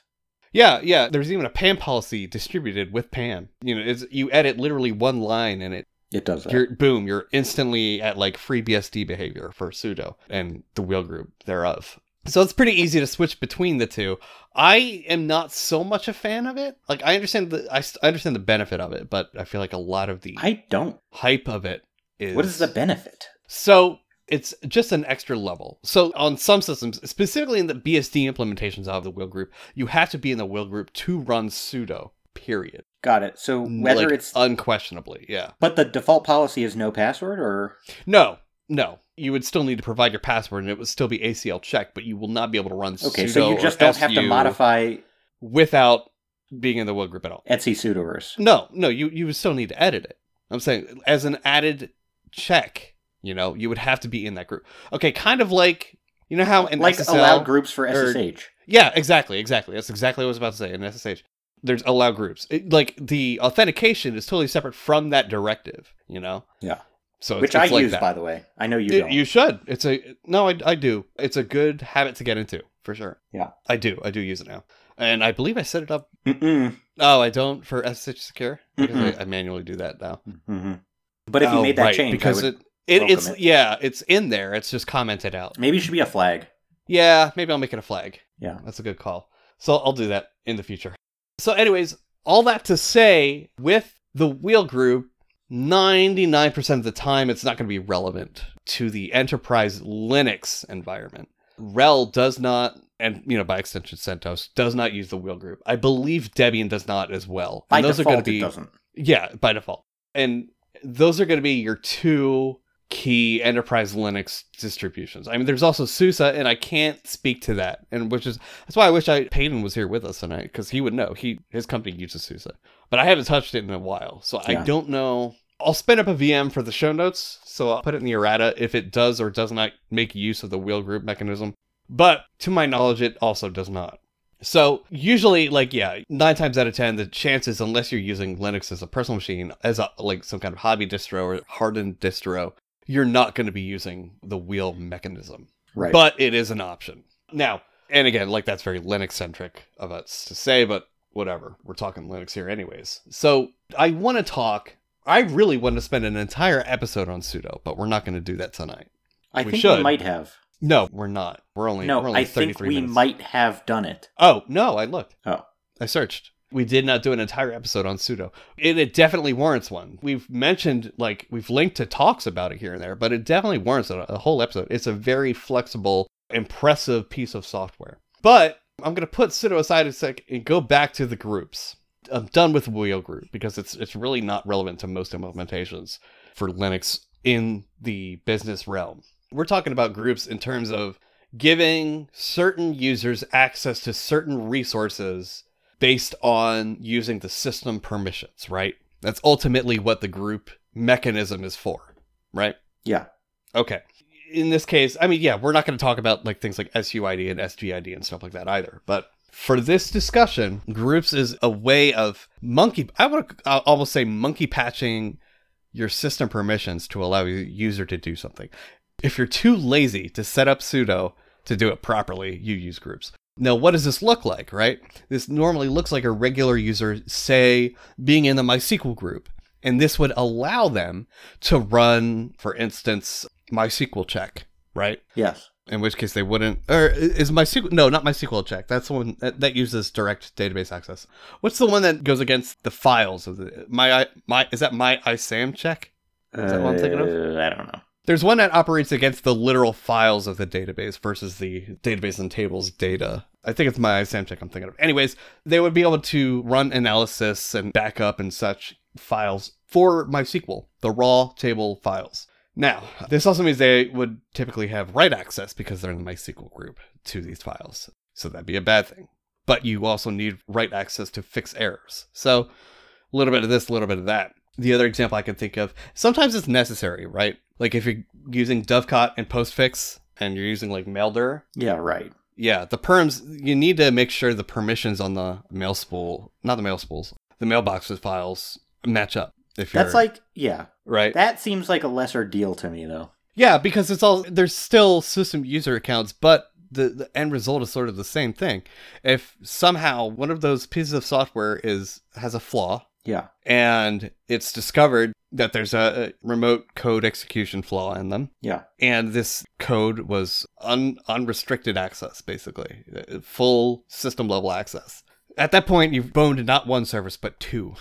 Speaker 1: Yeah, yeah. There's even a PAM policy distributed with PAM. You know, it's, you edit literally one line, and it
Speaker 2: It does that.
Speaker 1: you're boom, you're instantly at like free BSD behavior for sudo and the wheel group thereof. So it's pretty easy to switch between the two. I am not so much a fan of it. Like I understand the I, s- I understand the benefit of it, but I feel like a lot of the
Speaker 2: I don't.
Speaker 1: hype of it is
Speaker 2: What is the benefit?
Speaker 1: so it's just an extra level. So on some systems, specifically in the BSD implementations of the wheel group, you have to be in the wheel group to run sudo. Period.
Speaker 2: Got it. So whether
Speaker 1: Like, uh,
Speaker 2: it's
Speaker 1: unquestionably, yeah.
Speaker 2: but the default policy is no password, or
Speaker 1: No, no. You would still need to provide your password, and it would still be ACL check, but you will not be able to run.
Speaker 2: okay,
Speaker 1: sudo
Speaker 2: so you
Speaker 1: or
Speaker 2: just don't have to
Speaker 1: su
Speaker 2: modify
Speaker 1: without being in the will group at all.
Speaker 2: Etsy sudoers.
Speaker 1: No, no. You you would still need to edit it. I'm saying as an added check, you know, you would have to be in that group. Okay, kind of like you know how in
Speaker 2: like
Speaker 1: SSL,
Speaker 2: allow groups for
Speaker 1: or-
Speaker 2: SSH.
Speaker 1: yeah, exactly, exactly. That's exactly what I was about to say in SSH. There's allow groups. It, like the authentication is totally separate from that directive. You know.
Speaker 2: Yeah.
Speaker 1: So it's,
Speaker 2: which I
Speaker 1: it's like
Speaker 2: use,
Speaker 1: that.
Speaker 2: by the way. I know you
Speaker 1: It-
Speaker 2: don't.
Speaker 1: should. It's a no. I, I do. It's a good habit to get into for sure.
Speaker 2: Yeah.
Speaker 1: I do. I do use it now, and I believe I set it up.
Speaker 2: Mm-mm.
Speaker 1: Oh, I don't for SSH secure. Because
Speaker 2: Mm-mm.
Speaker 1: I, I manually do that now.
Speaker 2: Mhm. But if you
Speaker 1: Oh,
Speaker 2: made that
Speaker 1: right,
Speaker 2: change,
Speaker 1: because
Speaker 2: I would,
Speaker 1: it, it
Speaker 2: welcome
Speaker 1: it's
Speaker 2: it.
Speaker 1: yeah, it's in there. It's just commented out.
Speaker 2: maybe it should be a flag.
Speaker 1: Yeah, maybe I'll make it a flag.
Speaker 2: Yeah.
Speaker 1: That's a good call. So I'll do that in the future. So, anyways, all that to say, with the wheel group, 99% of the time, it's not going to be relevant to the enterprise Linux environment. RHEL does not, and you know, by extension, CentOS does not use the wheel group. I believe Debian does not as well.
Speaker 2: By
Speaker 1: and those
Speaker 2: default,
Speaker 1: are going to be
Speaker 2: it doesn't.
Speaker 1: yeah, by default. And those are going to be your two key enterprise Linux distributions. I mean, there's also SUSE, and I can't speak to that. And which is that's why I wish I Peyton was here with us tonight because he would know. He his company uses SUSE, but I haven't touched it in a while, so I
Speaker 2: Yeah.
Speaker 1: don't know. I'll spin up a VM for the show notes, so I'll put it in the errata if it does or does not make use of the wheel group mechanism. But to my knowledge, it also does not. So usually, like yeah, nine times out of ten, the chances, unless you're using Linux as a personal machine, as a like some kind of hobby distro or hardened distro, you're not going to be using the wheel mechanism.
Speaker 2: Right.
Speaker 1: But it is an option now. And again, like that's very Linux centric of us to say, but whatever. We're talking Linux here, anyways. So I want to talk. I really want to spend an entire episode on sudo, but we're not going to do that tonight.
Speaker 2: I
Speaker 1: we
Speaker 2: think
Speaker 1: should.
Speaker 2: we might have.
Speaker 1: No, we're not. We're only we're
Speaker 2: No,
Speaker 1: only
Speaker 2: I think
Speaker 1: 33
Speaker 2: we
Speaker 1: minutes.
Speaker 2: might have done it.
Speaker 1: Oh, no, I looked.
Speaker 2: Oh.
Speaker 1: I searched. We did not do an entire episode on pseudo. It, it definitely warrants one. We've mentioned, like, we've linked to talks about it here and there, but it definitely warrants a, a whole episode. It's a very flexible, impressive piece of software. But I'm going to put pseudo aside a sec and go back to the groups. I'm done with wheel group because it's it's really not relevant to most implementations for Linux in the business realm. We're talking about groups in terms of giving certain users access to certain resources based on using the system permissions, right? That's ultimately what the group mechanism is for, right?
Speaker 2: Yeah.
Speaker 1: Okay. In this case, I mean, yeah, we're not going to talk about like things like SUID and SGID and stuff like that either, but for this discussion, groups is a way of monkey I would uh, almost say monkey patching your system permissions to allow a user to do something. If you're too lazy to set up sudo to do it properly, you use groups. Now, what does this look like, right? This normally looks like a regular user, say, being in the MySQL group. And this would allow them to run, for instance, MySQL check, right?
Speaker 2: Yes.
Speaker 1: In which case they wouldn't. Or is MySQL? No, not MySQL check. That's the one that, that uses direct database access. What's the one that goes against the files of the my my? Is that my ISAM check? Is that what I'm thinking of?
Speaker 2: Uh, I don't know.
Speaker 1: There's one that operates against the literal files of the database versus the database and tables data. I think it's my ISAM check I'm thinking of. Anyways, they would be able to run analysis and backup and such files for MySQL, the raw table files. Now, this also means they would typically have write access because they're in the MySQL group to these files. So that'd be a bad thing. But you also need write access to fix errors. So a little bit of this, a little bit of that. The other example I can think of, sometimes it's necessary, right? Like if you're using Dovecot and Postfix and you're using like Maildir,
Speaker 2: Yeah, right.
Speaker 1: yeah, the perms, you need to make sure the permissions on the mail spool, not the mail spools, the mailboxes files match up. If you're,
Speaker 2: That's like, yeah.
Speaker 1: right.
Speaker 2: That seems like a lesser deal to me, though.
Speaker 1: Yeah, because it's all there's still system user accounts, but the, the end result is sort of the same thing. If somehow one of those pieces of software is has a flaw,
Speaker 2: Yeah.
Speaker 1: and it's discovered that there's a, a remote code execution flaw in them,
Speaker 2: Yeah.
Speaker 1: and this code was un, unrestricted access, basically Uh, full system level access. At that point, you've boned not one service but two,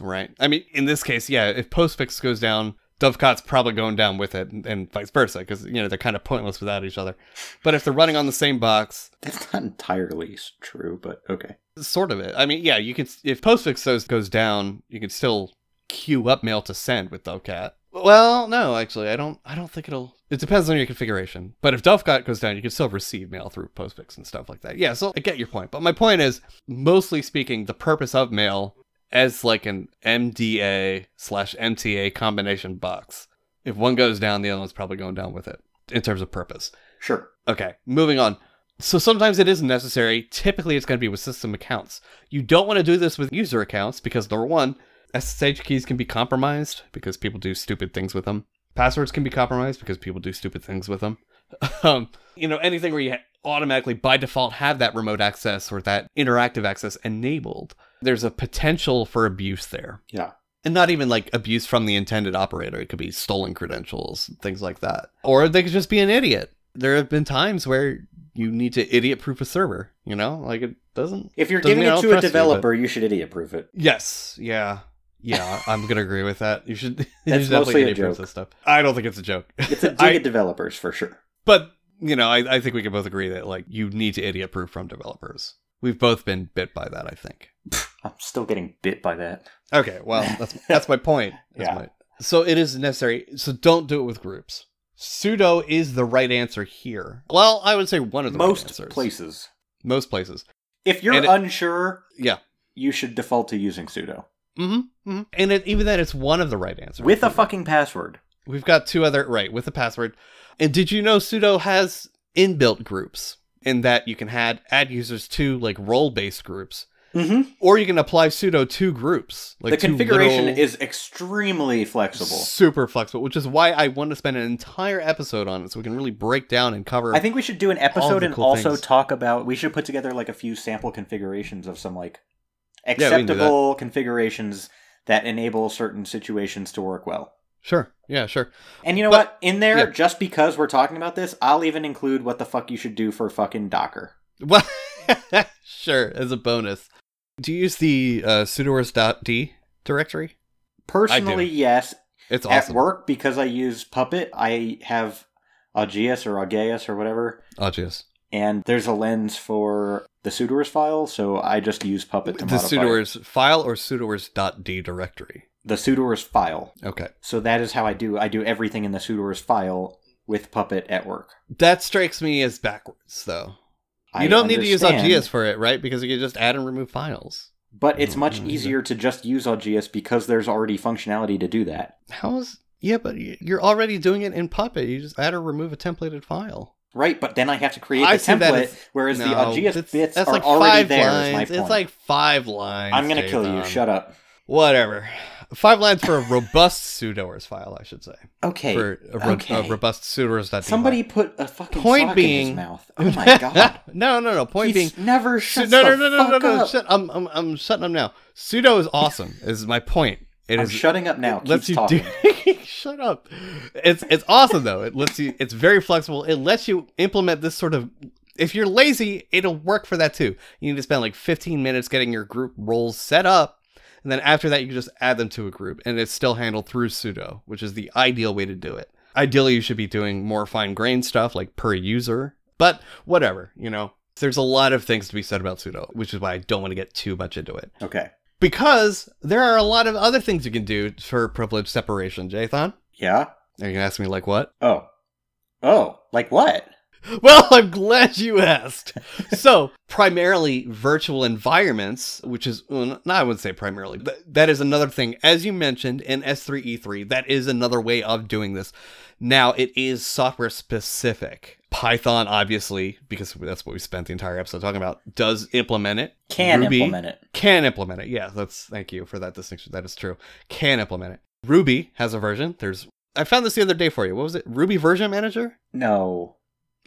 Speaker 1: right? I mean, in this case, yeah, if Postfix goes down, Dovecot's probably going down with it, and, and vice versa, because you know they're kind of pointless without each other. But if they're running on the same box,
Speaker 2: That's not entirely s- true, but okay.
Speaker 1: sort of it. I mean, yeah, you can if Postfix goes goes down, you can still queue up mail to send with Dovecot. Well, no, actually, I don't. I don't think it'll. It depends on your configuration. But if Dovecot goes down, you can still receive mail through Postfix and stuff like that. Yeah, so I get your point. But my point is, mostly speaking, the purpose of mail as like an MDA slash MTA combination box. If one goes down, the other one's probably going down with it in terms of purpose.
Speaker 2: Sure.
Speaker 1: Okay, moving on. So sometimes it is necessary. Typically, it's going to be with system accounts. You don't want to do this with user accounts because number one, SSH keys can be compromised because people do stupid things with them. Passwords can be compromised because people do stupid things with them. um, you know, anything where you ha- automatically by default have that remote access or that interactive access enabled, there's a potential for abuse there.
Speaker 2: Yeah.
Speaker 1: And not even like abuse from the intended operator. It could be stolen credentials, things like that. Or they could just be an idiot. There have been times where you need to idiot proof a server, you know? Like it doesn't.
Speaker 2: If you're
Speaker 1: Doesn't
Speaker 2: giving
Speaker 1: mean I
Speaker 2: it
Speaker 1: don't
Speaker 2: to a
Speaker 1: trust you, but-
Speaker 2: developer, you, should idiot proof it.
Speaker 1: Yes. Yeah. Yeah. I'm going to agree with that. You should. you
Speaker 2: That's
Speaker 1: should definitely
Speaker 2: mostly a
Speaker 1: idiot proof
Speaker 2: joke.
Speaker 1: this stuff. I don't think it's a joke.
Speaker 2: It's a dig
Speaker 1: I-
Speaker 2: at developers for sure.
Speaker 1: but, you know, I, I think we can both agree that, like, you need to idiot proof from developers. We've both been bit by that, I think.
Speaker 2: I'm still getting bit by that.
Speaker 1: Okay, well, that's that's my point. That's
Speaker 2: Yeah.
Speaker 1: my- so it is necessary. So don't do it with groups. Pseudo is the right answer here. Well, I would say one of the right
Speaker 2: Most
Speaker 1: answers.
Speaker 2: places.
Speaker 1: Most places.
Speaker 2: If you're
Speaker 1: And it-
Speaker 2: unsure,
Speaker 1: Yeah.
Speaker 2: you should default to using sudo
Speaker 1: hmm hmm And it, even then, it's one of the right answers.
Speaker 2: with a fucking password.
Speaker 1: We've got two other right with a password. And did you know sudo has inbuilt groups in that you can add add users to like role based groups,
Speaker 2: Mm-hmm.
Speaker 1: or you can apply sudo to groups. Like
Speaker 2: the
Speaker 1: to
Speaker 2: configuration
Speaker 1: little-
Speaker 2: is extremely flexible.
Speaker 1: Super flexible, which is why I want to spend an entire episode on it so we can really break down and cover.
Speaker 2: I think we should do an episode
Speaker 1: the
Speaker 2: and
Speaker 1: cool
Speaker 2: also
Speaker 1: things.
Speaker 2: talk about. We should put together like a few sample configurations of some like
Speaker 1: do that.
Speaker 2: acceptable configurations that enable certain situations to work well.
Speaker 1: Sure. Yeah, sure.
Speaker 2: And you know
Speaker 1: But-
Speaker 2: what? In there,
Speaker 1: yeah.
Speaker 2: just because we're talking about this, I'll even include what the fuck you should do for fucking Docker.
Speaker 1: Well, sure, as a bonus. Do you use the uh, sudoers.d directory?
Speaker 2: Personally, yes.
Speaker 1: It's
Speaker 2: At
Speaker 1: awesome.
Speaker 2: work, because I use Puppet, I have Augeas or Augeas or whatever,
Speaker 1: Oh, jeez.
Speaker 2: and there's a lens for the sudoers file, so I just use Puppet to
Speaker 1: The
Speaker 2: modify it.
Speaker 1: sudoers file or sudoers.d directory?
Speaker 2: the sudoers file.
Speaker 1: Okay.
Speaker 2: So that is how I do. I do everything in the sudoers file with Puppet at work.
Speaker 1: That strikes me as backwards, though. You
Speaker 2: I
Speaker 1: don't need to use
Speaker 2: understand,
Speaker 1: LGS for it, right? Because you can just add and remove files.
Speaker 2: but it's much
Speaker 1: Mm, yeah.
Speaker 2: easier to just use Augeas because there's already functionality to do that.
Speaker 1: How is. Yeah, but y- you're already doing it in Puppet. You just add or remove a templated file.
Speaker 2: Right, but then I have to create
Speaker 1: I
Speaker 2: the
Speaker 1: see that
Speaker 2: template,
Speaker 1: as-
Speaker 2: whereas the
Speaker 1: No,
Speaker 2: Augeas
Speaker 1: that's-
Speaker 2: bits
Speaker 1: that's
Speaker 2: are
Speaker 1: like
Speaker 2: already
Speaker 1: five
Speaker 2: there. Is
Speaker 1: Lines.
Speaker 2: my point.
Speaker 1: It's like five lines.
Speaker 2: I'm gonna kill you.
Speaker 1: Dathan.
Speaker 2: Shut up.
Speaker 1: Whatever. Five lines for a robust pseudoers file, I should say.
Speaker 2: Okay.
Speaker 1: For a, ro-
Speaker 2: okay.
Speaker 1: a robust pseudoers.
Speaker 2: Somebody put a fucking
Speaker 1: Point
Speaker 2: sock in
Speaker 1: being-
Speaker 2: his mouth. Oh my god.
Speaker 1: no, no, no. Point
Speaker 2: He's
Speaker 1: being,
Speaker 2: never
Speaker 1: Su-
Speaker 2: shuts
Speaker 1: no, no,
Speaker 2: the
Speaker 1: no, no, no,
Speaker 2: fuck
Speaker 1: no.
Speaker 2: up.
Speaker 1: Shut, I'm, I'm, I'm shutting up now. Pseudo is awesome. is my point. It
Speaker 2: I'm
Speaker 1: is.
Speaker 2: shutting up now.
Speaker 1: it lets
Speaker 2: Keeps
Speaker 1: you
Speaker 2: talking.
Speaker 1: do. Shut up. It's it's awesome though. It lets you. It's very flexible. It lets you implement this sort of. If you're lazy, it'll work for that too. You need to spend like 15 minutes getting your group roles set up, and then after that, you just add them to a group, and it's still handled through pseudo, which is the ideal way to do it. Ideally, you should be doing more fine grained stuff like per user, but whatever. You know, there's a lot of things to be said about pseudo, which is why I don't want to get too much into it
Speaker 2: Okay.
Speaker 1: because there are a lot of other things you can do for privilege separation, Jathan.
Speaker 2: Yeah.
Speaker 1: Are you gonna ask me like what?
Speaker 2: Oh. Oh. Like what?
Speaker 1: Well, I'm glad you asked. so, primarily virtual environments, which is well, no, I wouldn't say primarily. Th- that is another thing, as you mentioned in S3E3. That is another way of doing this. Now, it is software specific. Python, obviously, because that's what we spent the entire episode talking about, does implement it.
Speaker 2: Can
Speaker 1: Ruby.
Speaker 2: implement it.
Speaker 1: can implement it. Yeah, that's thank you for that distinction. That is true. Can implement it. Ruby has a version. There's I found this the other day for you. What was it? Ruby version manager?
Speaker 2: No.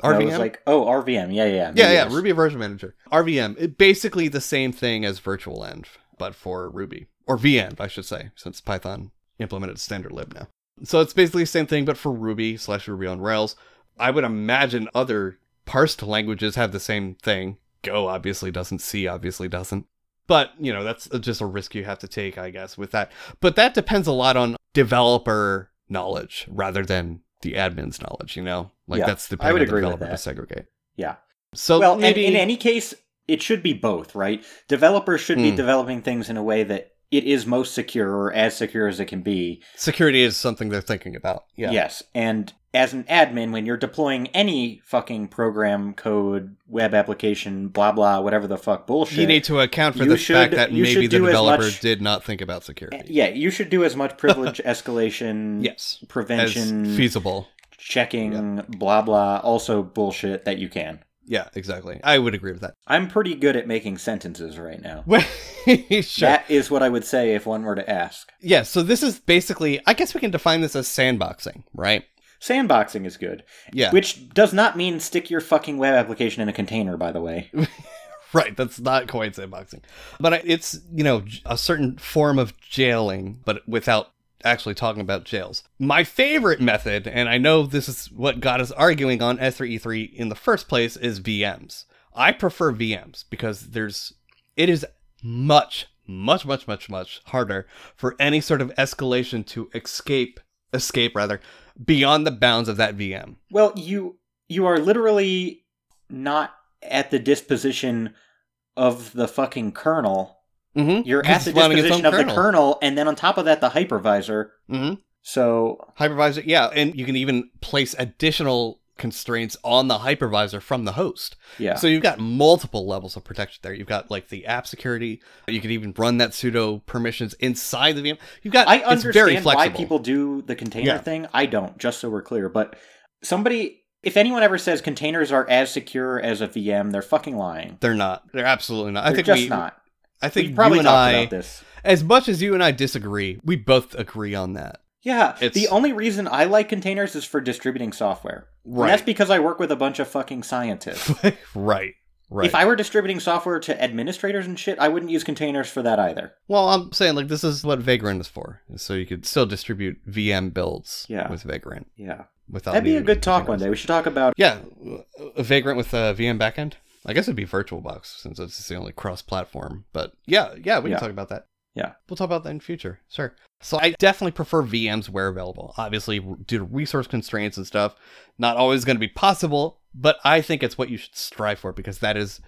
Speaker 2: No,
Speaker 1: RVM.
Speaker 2: it was like oh RVM. Yeah, yeah, yeah.
Speaker 1: yeah,
Speaker 2: Maybe
Speaker 1: yeah,
Speaker 2: it was.
Speaker 1: Ruby version manager. RVM. It, basically the same thing as virtual env, but for Ruby or venv, I should say, since Python implemented standard lib now. So it's basically the same thing, but for Ruby slash Ruby on Rails. I would imagine other parsed languages have the same thing. Go obviously doesn't. C obviously doesn't. But, you know, that's just a risk you have to take, I guess, with that. But that depends a lot on developer knowledge rather than the admin's knowledge, you know? Like,
Speaker 2: Yeah,
Speaker 1: that's the
Speaker 2: I would
Speaker 1: of the
Speaker 2: agree with
Speaker 1: developer to
Speaker 2: that.
Speaker 1: segregate.
Speaker 2: Yeah.
Speaker 1: So
Speaker 2: well, and
Speaker 1: maybe
Speaker 2: in any case, it should be both, right? Developers should be
Speaker 1: Mm.
Speaker 2: developing things in a way that it is most secure or as secure as it can be.
Speaker 1: security is something they're thinking about. Yeah.
Speaker 2: Yes. And as an admin, when you're deploying any fucking program, code, web application, blah, blah, whatever the fuck bullshit.
Speaker 1: You need to account for
Speaker 2: You
Speaker 1: the
Speaker 2: should-
Speaker 1: fact that
Speaker 2: you
Speaker 1: maybe
Speaker 2: should
Speaker 1: the
Speaker 2: do as
Speaker 1: developer
Speaker 2: much-
Speaker 1: did not think about security.
Speaker 2: eh, yeah, you should do as much privilege escalation,
Speaker 1: Yes. As
Speaker 2: prevention,
Speaker 1: feasible.
Speaker 2: checking, blah, blah, also bullshit that you can.
Speaker 1: Yeah, exactly. I would agree with that.
Speaker 2: I'm pretty good at making sentences right now.
Speaker 1: sure.
Speaker 2: That is what I would say if one were to ask.
Speaker 1: Yeah, so this is basically, I guess we can define this as sandboxing, right?
Speaker 2: Sandboxing is good,
Speaker 1: Yeah.
Speaker 2: which does not mean stick your fucking web application in a container, by the way.
Speaker 1: Right, that's not quite sandboxing. But I- it's, you know, j- a certain form of jailing, but without actually talking about jails. My favorite method, and I know this is what got us arguing on S3E3 in the first place, is VMs. I prefer VMs because there's, it is much, much, much, much, much harder for any sort of escalation to escape, escape rather, beyond the bounds of that VM.
Speaker 2: Well, you you are literally not at the disposition of the fucking kernel.
Speaker 1: Mm-hmm.
Speaker 2: You're at the disposition of the kernel, and then on top of that, the hypervisor.
Speaker 1: Mm-hmm.
Speaker 2: So
Speaker 1: Hypervisor, yeah, and you can even place additional constraints on the hypervisor from the host.
Speaker 2: yeah,
Speaker 1: So you've got multiple levels of protection there. You've got like the app security. You can even run that pseudo permissions inside the VM. You've got
Speaker 2: I
Speaker 1: it's very
Speaker 2: understand
Speaker 1: flexible.
Speaker 2: why people do the container
Speaker 1: Yeah.
Speaker 2: thing. I don't, just so we're clear. But somebody, if anyone ever says containers are as secure as a VM, they're fucking lying.
Speaker 1: They're not. They're absolutely not.
Speaker 2: They're
Speaker 1: I think
Speaker 2: just
Speaker 1: we.
Speaker 2: not.
Speaker 1: I think
Speaker 2: we probably
Speaker 1: you and
Speaker 2: talked
Speaker 1: I,
Speaker 2: about this.
Speaker 1: as much as you and I disagree, we both agree on that.
Speaker 2: Yeah,
Speaker 1: It's-
Speaker 2: the only reason I like containers is for distributing software. And that's
Speaker 1: Right.
Speaker 2: because I work with a bunch of fucking scientists.
Speaker 1: right. Right.
Speaker 2: If I were distributing software to administrators and shit, I wouldn't use containers for that either.
Speaker 1: Well, I'm saying like this is what Vagrant is for, so you could still distribute VM builds
Speaker 2: Yeah.
Speaker 1: with Vagrant
Speaker 2: Yeah.
Speaker 1: without.
Speaker 2: That'd be a
Speaker 1: needing
Speaker 2: good talk
Speaker 1: containers.
Speaker 2: one day. We should talk about
Speaker 1: Yeah, a Vagrant with a VM backend. I guess it'd be VirtualBox since it's the only cross-platform. But yeah, yeah, we
Speaker 2: Yeah.
Speaker 1: can talk about that.
Speaker 2: Yeah.
Speaker 1: we'll talk about that in future. Sure. So I definitely prefer VMs where available. Obviously, due to resource constraints and stuff, not always going to be possible. But I think it's what you should strive for because that is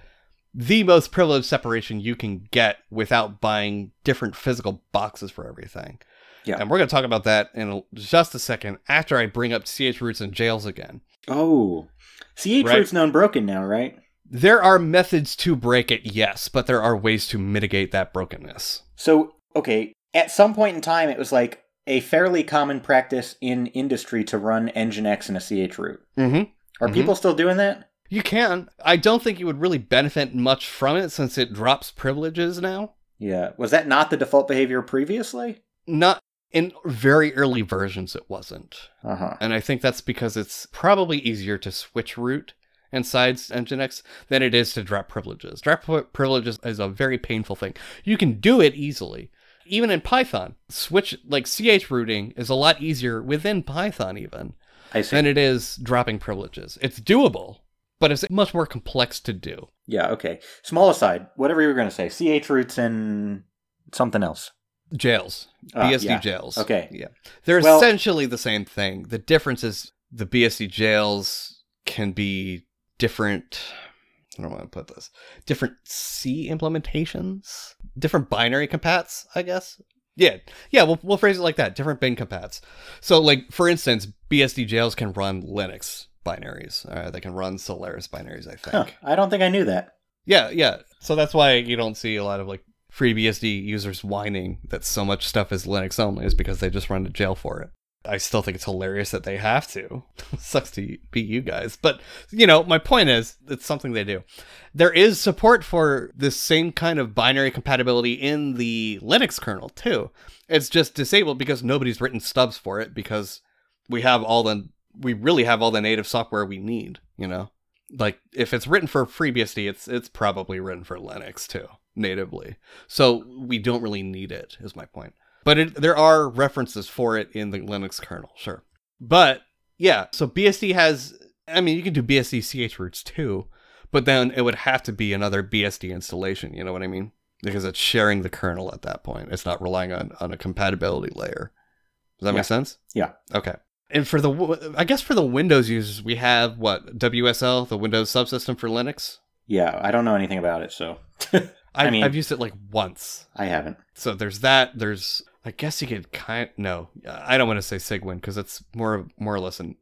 Speaker 1: the most privileged separation you can get without buying different physical boxes for everything.
Speaker 2: Yeah.
Speaker 1: And we're going to talk about that in just a second after I bring up CH roots and jails again.
Speaker 2: Oh. CH
Speaker 1: Right.
Speaker 2: root's known broken now, right?
Speaker 1: There are methods to break it, yes, but there are ways to mitigate that brokenness.
Speaker 2: So, okay, at some point in time it was like a fairly common practice in industry to run nginx in a CH root.
Speaker 1: Mm-hmm.
Speaker 2: Are
Speaker 1: Mhm.
Speaker 2: people still doing that?
Speaker 1: You can. I don't think you would really benefit much from it since it drops privileges now.
Speaker 2: Yeah. Was that not the default behavior previously?
Speaker 1: Not in very early versions, it wasn't.
Speaker 2: Uh huh.
Speaker 1: And I think that's because it's probably easier to switch root inside Nginx than it is to drop privileges. Drop pri- privileges is a very painful thing. You can do it easily. Even in Python, switch like ch rooting is a lot easier within Python even
Speaker 2: I see.
Speaker 1: than it is dropping privileges. It's doable, but it's much more complex to do.
Speaker 2: yeah. Okay. Small aside. Whatever you were going to say. Ch roots and something else.
Speaker 1: Jails,
Speaker 2: Ah,
Speaker 1: BSD
Speaker 2: yeah.
Speaker 1: jails.
Speaker 2: Okay.
Speaker 1: Yeah. They're
Speaker 2: Well-
Speaker 1: essentially the same thing. The difference is the BSD jails can be different. I don't want to put this. Different C implementations, different binary compats, I guess. Yeah, yeah. We'll we'll phrase it like that. Different bin compats. So, like for instance, BSD jails can run Linux binaries. Uh, they can run Solaris binaries. I think.
Speaker 2: Huh. I don't think I knew that.
Speaker 1: Yeah, yeah. So that's why you don't see a lot of like FreeBSD users whining that so much stuff is Linux only is because they just run to jail for it. I still think it's hilarious that they have to. Sucks to be you guys, but you know, my point is it's something they do. There is support for this same kind of binary compatibility in the Linux kernel too. It's just disabled because nobody's written stubs for it because we have all the we really have all the native software we need, you know like if it's written for FreeBSD, it's it's probably written for Linux too natively. So we don't really need it. Is my point. But it, there are references for it in the Linux kernel, sure. But yeah, so BSD has. I mean, you can do BSD ch roots too, but then it would have to be another BSD installation. You know what I mean? Because it's sharing the kernel at that point. It's not relying on on a compatibility layer. Does that
Speaker 2: Yeah.
Speaker 1: make sense?
Speaker 2: Yeah.
Speaker 1: Okay. And for the, w- I guess for the Windows users, we have what WSL, the Windows subsystem for Linux.
Speaker 2: Yeah. I don't know anything about it, so
Speaker 1: I've, I
Speaker 2: I mean-
Speaker 1: I've used it like once.
Speaker 2: I haven't.
Speaker 1: So there's that. There's, I guess you could kind. No, I don't want to say Sigwin because it's more more or less an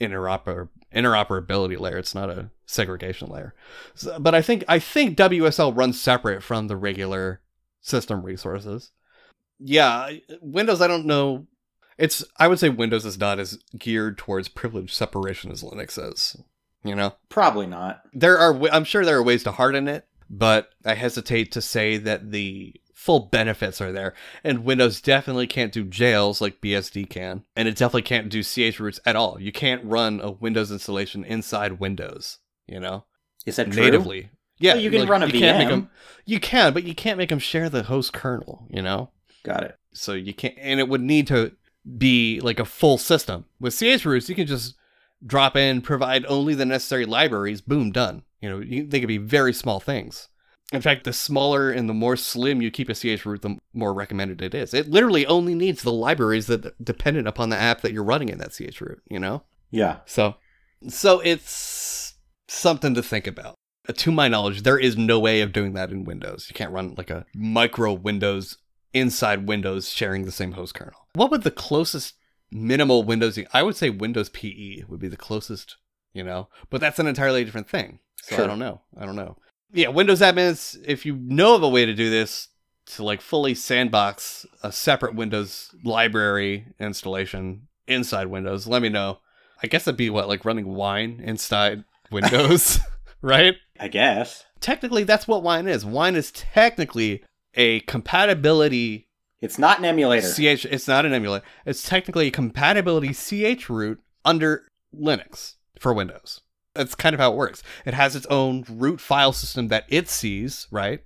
Speaker 1: interoper interoperability layer. It's not a segregation layer. So, but I think I think WSL runs separate from the regular system resources. Yeah, I- Windows. I don't know. It's I would say Windows is not as geared towards privilege separation as Linux is. You know
Speaker 2: Probably not.
Speaker 1: there are w- i'm sure there are ways to harden it but i hesitate to say that the full benefits are there and windows definitely can't do jails like bsd can and it definitely can't do ch roots at all you can't run a windows installation inside windows you know
Speaker 2: Is that true?
Speaker 1: natively yeah
Speaker 2: Well, you can run a
Speaker 1: you can't make
Speaker 2: VM.
Speaker 1: 'em- you can but you can't make them share the host kernel you know
Speaker 2: Got it.
Speaker 1: so you can't, and it would need to be like a full system. With CH roots, you can just drop in, provide only the necessary libraries, boom, done. You know, you, they could be very small things. In fact, the smaller and the more slim you keep a CH root, the more recommended it is. It literally only needs the libraries that are dependent upon the app that you're running in that CH root, you know?
Speaker 2: Yeah.
Speaker 1: So, so it's something to think about. Uh, To my knowledge, there is no way of doing that in Windows. You can't run like a micro Windows inside Windows sharing the same host kernel. What would the closest minimal Windows? I would say Windows PE would be the closest, you know, but that's an entirely different thing. So I
Speaker 2: Sure.
Speaker 1: don't know. I don't know. Yeah, Windows admins, if you know of a way to do this, to like fully sandbox a separate Windows library installation inside Windows, let me know. I guess that'd be what, like running wine inside Windows, right?
Speaker 2: I guess
Speaker 1: Technically, that's what wine is. Wine is technically a compatibility
Speaker 2: it's not an emulator.
Speaker 1: ch. It's not an emulator. It's technically a compatibility ch root under Linux for Windows. That's kind of how it works. It has its own root file system that it sees, right?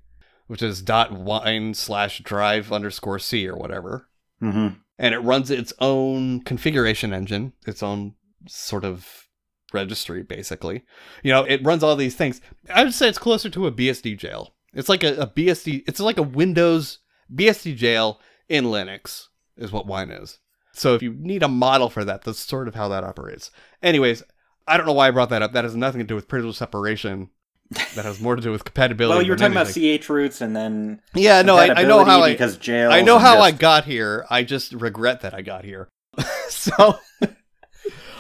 Speaker 1: Which is dot wine slash drive underscore c or whatever
Speaker 2: mm-hmm.
Speaker 1: and it runs its own configuration engine, its own sort of registry, basically. You know, it runs all these things. I would say it's closer to a BSD jail. It's like a, a BSD, it's like a Windows BSD jail in Linux, is what Wine is. So if you need a model for that, that's sort of how that operates. Anyways, I don't know why I brought that up. That has nothing to do with privilege separation. That has more to do with compatibility.
Speaker 2: Well, you were
Speaker 1: than
Speaker 2: talking about
Speaker 1: anything.
Speaker 2: CH roots and then
Speaker 1: yeah, no, I, I know how
Speaker 2: compatibility
Speaker 1: I
Speaker 2: because jail.
Speaker 1: I know how I got here. I just regret that I got here. so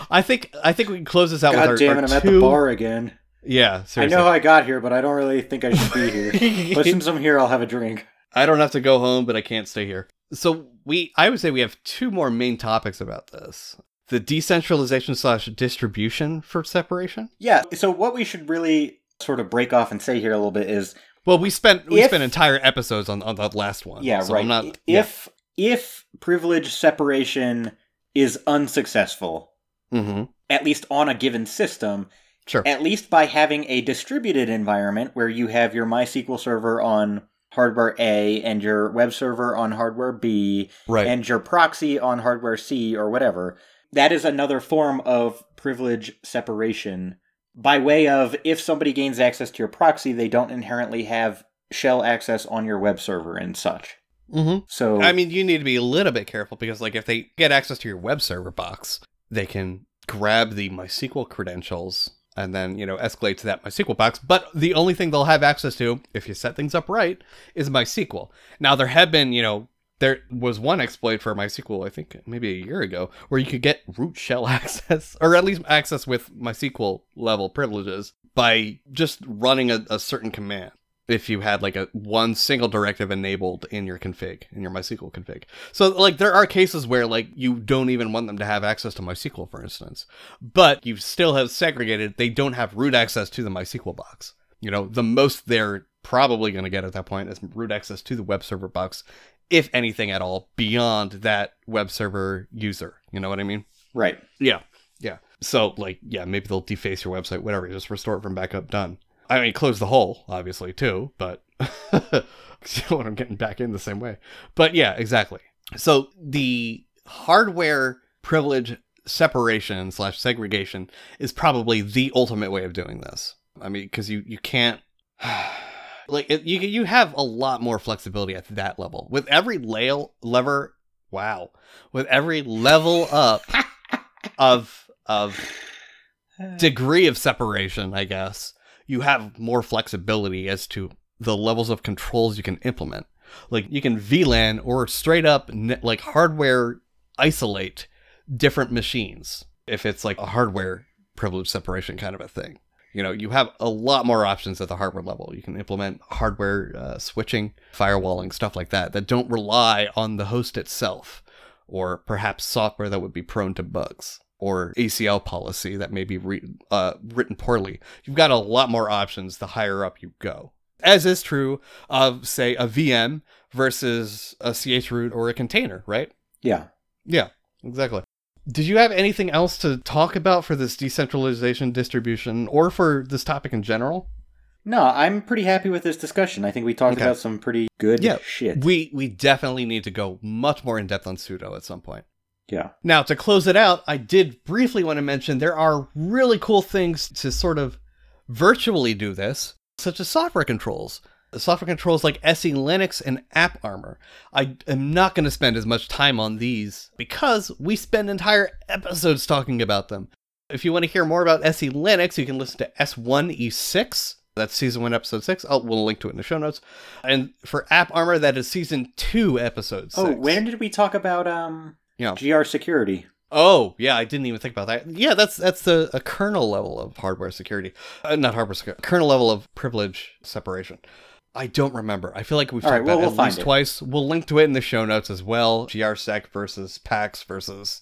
Speaker 1: I think I think we can close this out
Speaker 2: God
Speaker 1: with our,
Speaker 2: damn it!
Speaker 1: our
Speaker 2: I'm at
Speaker 1: two-
Speaker 2: the bar again.
Speaker 1: Yeah, seriously.
Speaker 2: I know how I got here, but I don't really think I should be here. but
Speaker 1: I,
Speaker 2: since I'm here, I'll have a drink.
Speaker 1: don't have to go home, but I can't stay here. So we I would say we have two more main topics about this. The decentralization slash distribution for separation.
Speaker 2: Yeah. So what we should really sort of break off and say here a little bit is,
Speaker 1: Well, we spent we
Speaker 2: If-
Speaker 1: spent entire episodes on, on that last one.
Speaker 2: yeah,
Speaker 1: so
Speaker 2: right.
Speaker 1: I'm not,
Speaker 2: if
Speaker 1: yeah.
Speaker 2: if privilege separation is unsuccessful,
Speaker 1: Mm-hmm.
Speaker 2: at least on a given system,
Speaker 1: Sure.
Speaker 2: at least by having a distributed environment where you have your MySQL server on hardware A and your web server on hardware B
Speaker 1: right.
Speaker 2: and your proxy on hardware C or whatever, that is another form of privilege separation by way of if somebody gains access to your proxy, they don't inherently have shell access on your web server and such.
Speaker 1: mm-hmm.
Speaker 2: So
Speaker 1: I mean, you need to be a little bit careful because, like, if they get access to your web server box, they can grab the MySQL credentials and then, you know, escalate to that MySQL box. But the only thing they'll have access to, if you set things up right, is MySQL. Now, there have been, you know, there was one exploit for MySQL, I think maybe a year ago, where you could get root shell access, or at least access with MySQL level privileges by just running a, a certain command if you had like a one single directive enabled in your config in your MySQL config. So like there are cases where like you don't even want them to have access to MySQL for instance, but you still have segregated they don't have root access to the MySQL box. You know, the most they're probably going to get at that point is root access to the web server box if anything at all beyond that web server user. You know what I mean?
Speaker 2: right.
Speaker 1: Yeah. Yeah. So like, yeah, maybe they'll deface your website, whatever, just restore it from backup done. I mean close the hole, obviously, too, but you know what I'm getting back in the same way. But yeah, exactly. So the hardware privilege separation slash segregation is probably the ultimate way of doing this. I mean, because you you can't like it, you you have a lot more flexibility at that level with every lail lever. Wow, with every level up of of Uh, degree of separation, I guess, you have more flexibility as to the levels of controls you can implement. Like you can VLAN or straight up ne- like hardware isolate different machines if it's like a hardware privilege separation kind of a thing. You know, you have a lot more options at the hardware level. You can implement hardware uh, switching, firewalling, stuff like that that don't rely on the host itself or perhaps software that would be prone to bugs or ACL policy that may be re- uh, written poorly. You've got a lot more options the higher up you go. As is true of, say, a VM versus a CH root or a container, right?
Speaker 2: Yeah.
Speaker 1: Yeah, exactly. Did you have anything else to talk about for this decentralization distribution or for this topic in general?
Speaker 2: No, I'm pretty happy with this discussion. I think we talked
Speaker 1: Okay.
Speaker 2: about some pretty good
Speaker 1: Yeah.
Speaker 2: shit.
Speaker 1: We we definitely need to go much more in depth on pseudo at some point.
Speaker 2: yeah.
Speaker 1: Now, to close it out, I did briefly want to mention there are really cool things to sort of virtually do this, such as software controls. Software controls like SE Linux and AppArmor. I am not going to spend as much time on these because we spend entire episodes talking about them. If you want to hear more about SE Linux, you can listen to S1E6. That's season one, episode six. I'll, we'll link to it in the show notes. And for App Armor, that is season two, episode six.
Speaker 2: Oh, when did we talk about um
Speaker 1: Yeah.
Speaker 2: GR security?
Speaker 1: Oh yeah, I didn't even think about that. Yeah, that's that's the a kernel level of hardware security, uh, not hardware security, kernel level of privilege separation. I don't remember. I feel like we've
Speaker 2: All
Speaker 1: talked
Speaker 2: right, well,
Speaker 1: about it
Speaker 2: we'll
Speaker 1: at
Speaker 2: find
Speaker 1: least
Speaker 2: it.
Speaker 1: twice. We'll link to it in the show notes as well. GRSec E versus PAX versus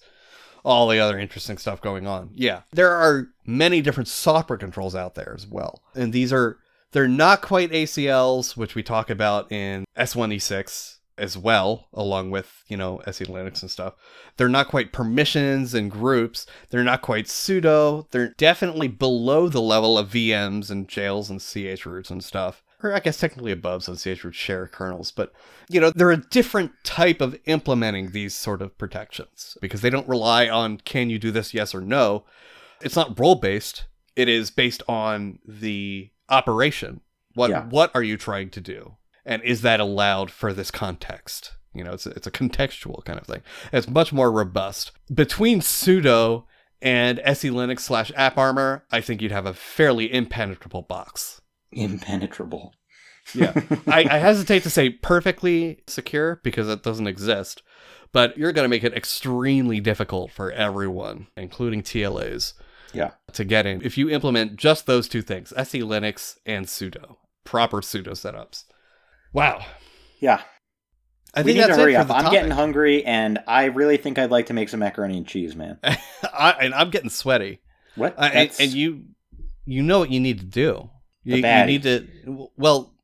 Speaker 1: all the other interesting stuff going on. Yeah, there are many different software controls out there as well, and these are they're not quite ACLs, which we talk about in S1E6 as well, along with you know SE Linux and stuff. They're not quite permissions and groups. They're not quite pseudo. They're definitely below the level of VMs and jails and CH roots and stuff. Or I guess technically above some CH root share kernels, but you know, they're a different type of implementing these sort of protections because they don't rely on can you do this, yes or no. It's not role based. It is based on the operation. What
Speaker 2: Yeah.
Speaker 1: what are you trying to do? And is that allowed for this context? You know, it's a, it's a contextual kind of thing. It's much more robust. Between pseudo and SE Linux slash app armor, I think you'd have a fairly impenetrable box.
Speaker 2: Impenetrable.
Speaker 1: Yeah. I, I hesitate to say perfectly secure because it doesn't exist, but you're going to make it extremely difficult for everyone, including TLAs.
Speaker 2: Yeah.
Speaker 1: To get in. If you implement just those two things, SE Linux and sudo, proper sudo setups. Wow.
Speaker 2: Yeah.
Speaker 1: I
Speaker 2: we
Speaker 1: think
Speaker 2: need
Speaker 1: that's
Speaker 2: to hurry
Speaker 1: it for
Speaker 2: up.
Speaker 1: the
Speaker 2: I'm
Speaker 1: topic.
Speaker 2: getting hungry and I really think I'd like to make some macaroni and cheese, man.
Speaker 1: I, and I'm getting sweaty.
Speaker 2: What?
Speaker 1: I, Uh, and,
Speaker 2: That's-
Speaker 1: and you you know what you need to do. You, you
Speaker 2: baddie.
Speaker 1: need to well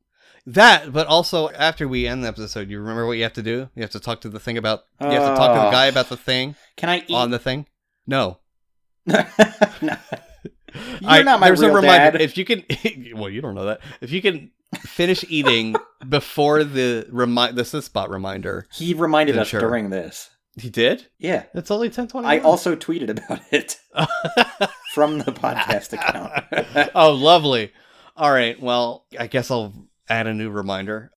Speaker 1: That, but also after we end the episode, you remember what you have to do? You have to talk to the thing about. You have to talk to the
Speaker 2: Ugh.
Speaker 1: guy about the thing
Speaker 2: Can I eat?
Speaker 1: on the thing. No,
Speaker 2: no. You're
Speaker 1: I-
Speaker 2: not my
Speaker 1: there's
Speaker 2: real dad.
Speaker 1: If you can, well, you don't know that. If you can finish eating before the remind the Sysbot reminder,
Speaker 2: He reminded
Speaker 1: Then
Speaker 2: us
Speaker 1: sure.
Speaker 2: during this.
Speaker 1: he did.
Speaker 2: Yeah.
Speaker 1: It's only ten twenty.
Speaker 2: I also tweeted about it from the podcast account.
Speaker 1: oh, lovely. All right. Well, I guess I'll add a new reminder.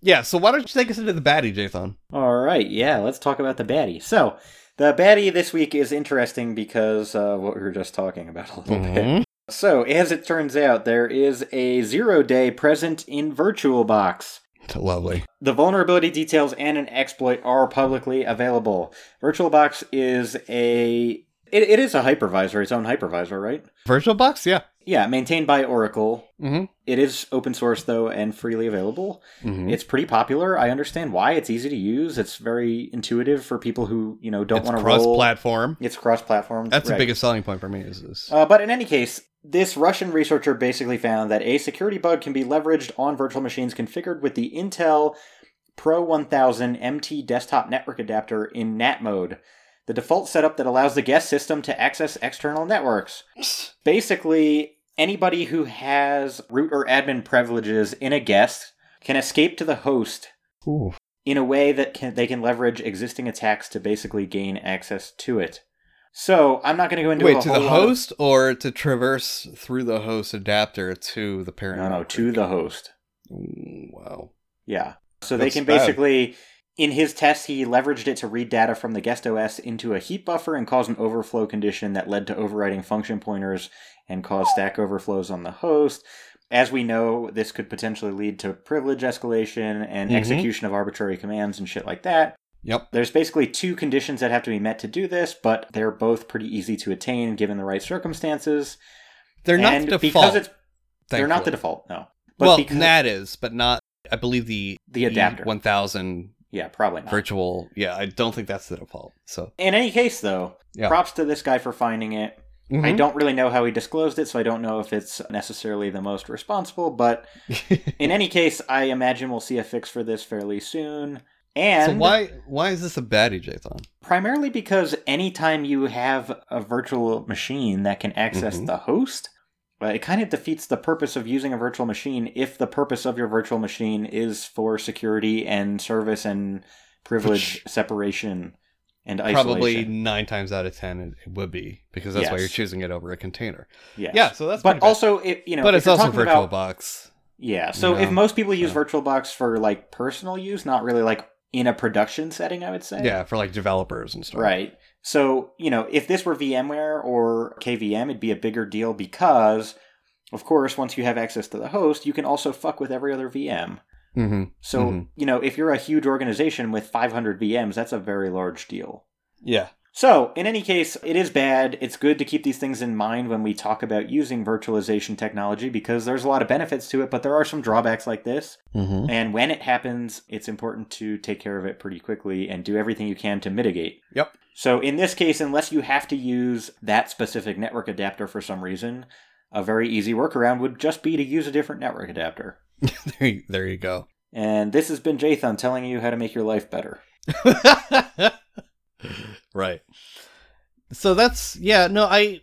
Speaker 1: Yeah. So why don't you take us into the baddie, Jathan?
Speaker 2: All right, yeah, let's talk about the baddie. So, the baddie this week is interesting because uh, what we were just talking about a little
Speaker 1: Mm-hmm.
Speaker 2: bit. So, as it turns out, there is a zero day present in VirtualBox.
Speaker 1: Mm-hmm. Lovely.
Speaker 2: The vulnerability details and an exploit are publicly available. VirtualBox is a it, it is a hypervisor, its own hypervisor, right?
Speaker 1: Virtual box. Yeah.
Speaker 2: Yeah, maintained by Oracle.
Speaker 1: Mm-hmm.
Speaker 2: It is open source though and freely available.
Speaker 1: mm-hmm.
Speaker 2: It's pretty popular. I understand why. It's easy to use. It's very intuitive for people who you know don't
Speaker 1: it's
Speaker 2: want to roll.
Speaker 1: cross-platform.
Speaker 2: It's cross-platform.
Speaker 1: That's
Speaker 2: right.
Speaker 1: the biggest selling point for me. Is this?
Speaker 2: Uh, but in any case, this Russian researcher basically found that a security bug can be leveraged on virtual machines configured with the Intel Pro 1000 MT desktop network adapter in NAT mode, the default setup that allows the guest system to access external networks. Basically, anybody who has root or admin privileges in a guest can escape to the host
Speaker 1: Ooh.
Speaker 2: in a way that can, they can leverage existing attacks to basically gain access to it. So I'm not going to go into a
Speaker 1: Wait, to
Speaker 2: whole
Speaker 1: the
Speaker 2: lot of-
Speaker 1: host or to traverse through the host adapter to the parent?
Speaker 2: no, no, to the host.
Speaker 1: Ooh, Wow.
Speaker 2: Yeah. So
Speaker 1: That's
Speaker 2: they can
Speaker 1: bad.
Speaker 2: basically, in his test, he leveraged it to read data from the guest OS into a heap buffer and cause an overflow condition that led to overriding function pointers and cause stack overflows on the host. As we know, this could potentially lead to privilege escalation and
Speaker 1: Mhm.
Speaker 2: execution of arbitrary commands and shit like that.
Speaker 1: Yep.
Speaker 2: There's basically two conditions that have to be met to do this, but they're both pretty easy to attain given the right circumstances.
Speaker 1: They're not
Speaker 2: and
Speaker 1: the default.
Speaker 2: because it's they're not
Speaker 1: thankfully.
Speaker 2: the default, no.
Speaker 1: well,
Speaker 2: because
Speaker 1: that is, but not. I believe the E
Speaker 2: the adapter.
Speaker 1: one thousand
Speaker 2: yeah, probably not.
Speaker 1: virtual. Yeah, I don't think that's the default. So
Speaker 2: In any case, though,
Speaker 1: Yeah.
Speaker 2: props to this guy for finding it. I
Speaker 1: Mhm.
Speaker 2: don't really know how he disclosed it, so I don't know if it's necessarily the most responsible, but in any case, I imagine we'll see a fix for this fairly soon. And
Speaker 1: so why why is this a E baddie, Jathan?
Speaker 2: primarily because anytime you have a virtual machine that can access
Speaker 1: Mhm.
Speaker 2: the host, well, it kind of defeats the purpose of using a virtual machine if the purpose of your virtual machine is for security and service and privilege separation and isolation.
Speaker 1: Probably nine times out of ten, it, it would be because that's why
Speaker 2: Yes.
Speaker 1: you're choosing it over a container.
Speaker 2: Yes.
Speaker 1: Yeah, so that's pretty
Speaker 2: but
Speaker 1: bad.
Speaker 2: also it, you know
Speaker 1: but
Speaker 2: if
Speaker 1: it's
Speaker 2: you're
Speaker 1: also
Speaker 2: talking
Speaker 1: virtual
Speaker 2: about-
Speaker 1: box.
Speaker 2: yeah so
Speaker 1: Yeah.
Speaker 2: if most people use
Speaker 1: Yeah.
Speaker 2: virtualbox for like personal use not really like in a production setting i would say
Speaker 1: Yeah, for like developers and stuff.
Speaker 2: right so you know if this were vmware or kvm it'd be a bigger deal because of course once you have access to the host you can also fuck with every other vm
Speaker 1: Mm-hmm.
Speaker 2: so
Speaker 1: Mhm.
Speaker 2: you know if you're a huge organization with 500 vms that's a very large deal
Speaker 1: Yeah.
Speaker 2: so, in any case, it is bad. It's good to keep these things in mind when we talk about using virtualization technology because there's a lot of benefits to it, but there are some drawbacks like this.
Speaker 1: Mm-hmm.
Speaker 2: And when it happens, it's important to take care of it pretty quickly and do everything you can to mitigate.
Speaker 1: Yep.
Speaker 2: So, in this case, unless you have to use that specific network adapter for some reason, a very easy workaround would just be to use a different network adapter.
Speaker 1: there, you, there you go.
Speaker 2: And this has been Jathan telling you how to make your life better.
Speaker 1: right. So that's yeah. No, I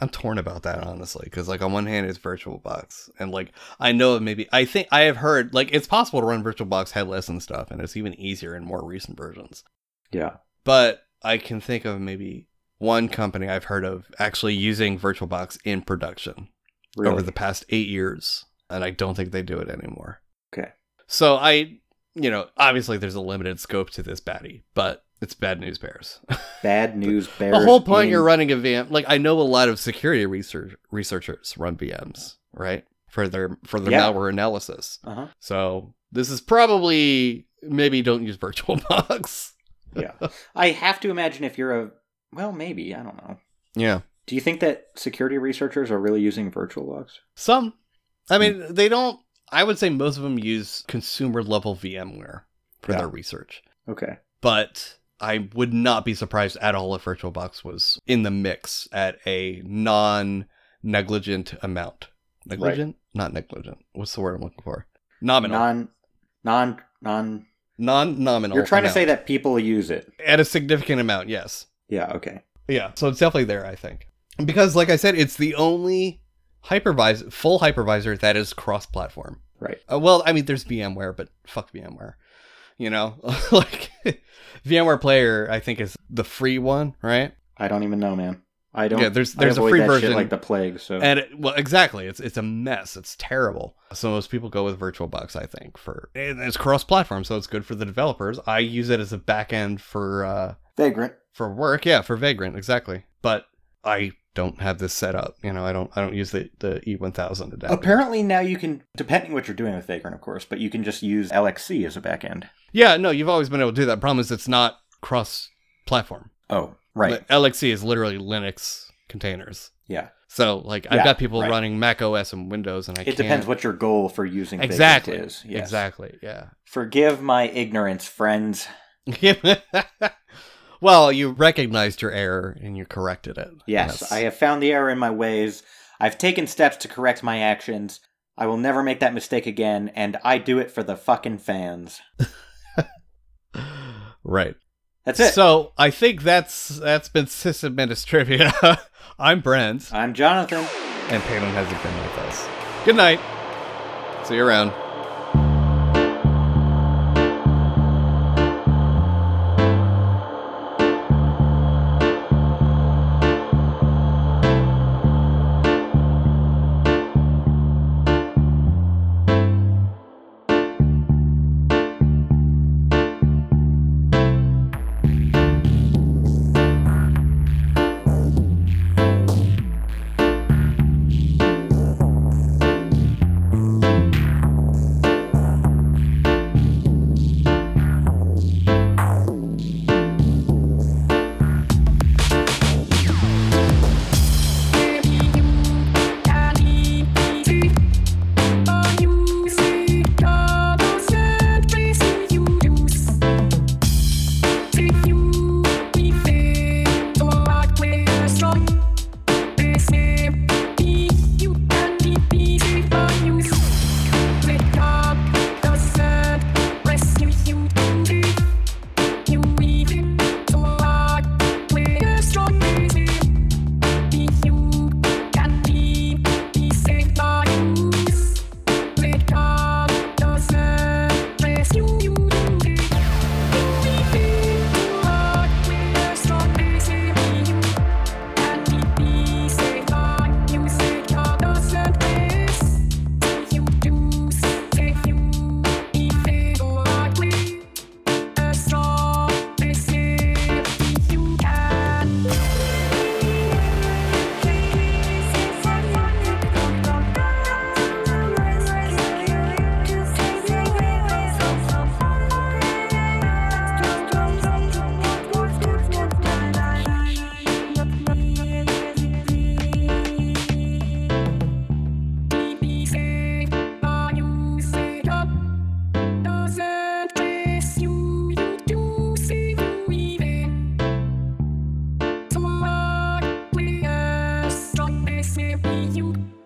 Speaker 1: I'm torn about that honestly because like on one hand it's VirtualBox and like I know it maybe I think I have heard like it's possible to run VirtualBox headless and stuff and it's even easier in more recent versions.
Speaker 2: Yeah.
Speaker 1: But I can think of maybe one company I've heard of actually using VirtualBox in production
Speaker 2: Really.
Speaker 1: over the past eight years, and I don't think they do it anymore.
Speaker 2: Okay.
Speaker 1: So I, you know, obviously there's a limited scope to this baddie, but it's bad news bears.
Speaker 2: Bad news bears.
Speaker 1: the whole point
Speaker 2: in-
Speaker 1: you're running a VM, like I know a lot of security research researchers run VMs, right? For their for their
Speaker 2: Yeah.
Speaker 1: malware analysis.
Speaker 2: Uh-huh.
Speaker 1: So this is probably maybe don't use VirtualBox.
Speaker 2: yeah. I have to imagine if you're a well, maybe I don't know.
Speaker 1: Yeah.
Speaker 2: Do you think that security researchers are really using VirtualBox?
Speaker 1: Some. I
Speaker 2: Hmm.
Speaker 1: mean, they don't. I would say most of them use consumer level VMware for
Speaker 2: Yeah.
Speaker 1: their research,
Speaker 2: Okay.
Speaker 1: but I would not be surprised at all if VirtualBox was in the mix at a non negligent amount. Negligent? Not negligent. What's the word I'm looking for? Nominal.
Speaker 2: non, non, non.
Speaker 1: Non nominal.
Speaker 2: You're trying to say that people use it.
Speaker 1: At a significant amount, yes.
Speaker 2: Yeah. Okay.
Speaker 1: Yeah, so it's definitely there, I think. Because, like I said, it's the only hypervisor, full hypervisor that is cross platform.
Speaker 2: Right.
Speaker 1: Uh, well, I mean, there's VMware, but fuck VMware. You know, like VMware Player, I think is the free one, right?
Speaker 2: I don't even know, man. I don't.
Speaker 1: yeah, there's
Speaker 2: I
Speaker 1: there's a
Speaker 2: avoid
Speaker 1: free
Speaker 2: that
Speaker 1: version,
Speaker 2: shit like the plague. So
Speaker 1: and it, well, exactly, it's it's a mess. It's terrible. So most people go with VirtualBox, I think, for and it's cross-platform, so it's good for the developers. I use it as a backend for uh,
Speaker 2: vagrant.
Speaker 1: for work yeah for vagrant exactly but i don't have this set up you know i don't i don't use the the e1000 adapter
Speaker 2: Apparently now you can, depending what you're doing with vagrant, of course, but you can just use LXC as a backend.
Speaker 1: yeah no you've always been able to do that problem is it's not cross platform
Speaker 2: Oh, right.
Speaker 1: lxc is literally linux containers
Speaker 2: yeah.
Speaker 1: so like
Speaker 2: Yeah,
Speaker 1: i've got people
Speaker 2: right.
Speaker 1: running mac os and windows and i
Speaker 2: it
Speaker 1: can't
Speaker 2: depends what your goal for using Vagrant
Speaker 1: exactly
Speaker 2: is. Yes.
Speaker 1: exactly yeah
Speaker 2: Forgive my ignorance, friends.
Speaker 1: well you recognized your error and you corrected it
Speaker 2: Yes,
Speaker 1: That's-
Speaker 2: I have found the error in my ways. I've taken steps to correct my actions. I will never make that mistake again, and I do it for the fucking fans.
Speaker 1: right
Speaker 2: That's it.
Speaker 1: So I think that's that's been sysadmin trivia. I'm Brent,
Speaker 2: I'm Jonathan.
Speaker 1: and Palin hasn't been with us. Good night. See you around.
Speaker 3: Strong. Be you can be be saved by us. Let God doesn't rescue you. We feel like we're strong as a being. Can we be saved by you? Let God doesn't rescue you. Do save you. Be feel like we're strong as a being. Can doesn't dress you, you do see you even. Talk with us, strong as we you.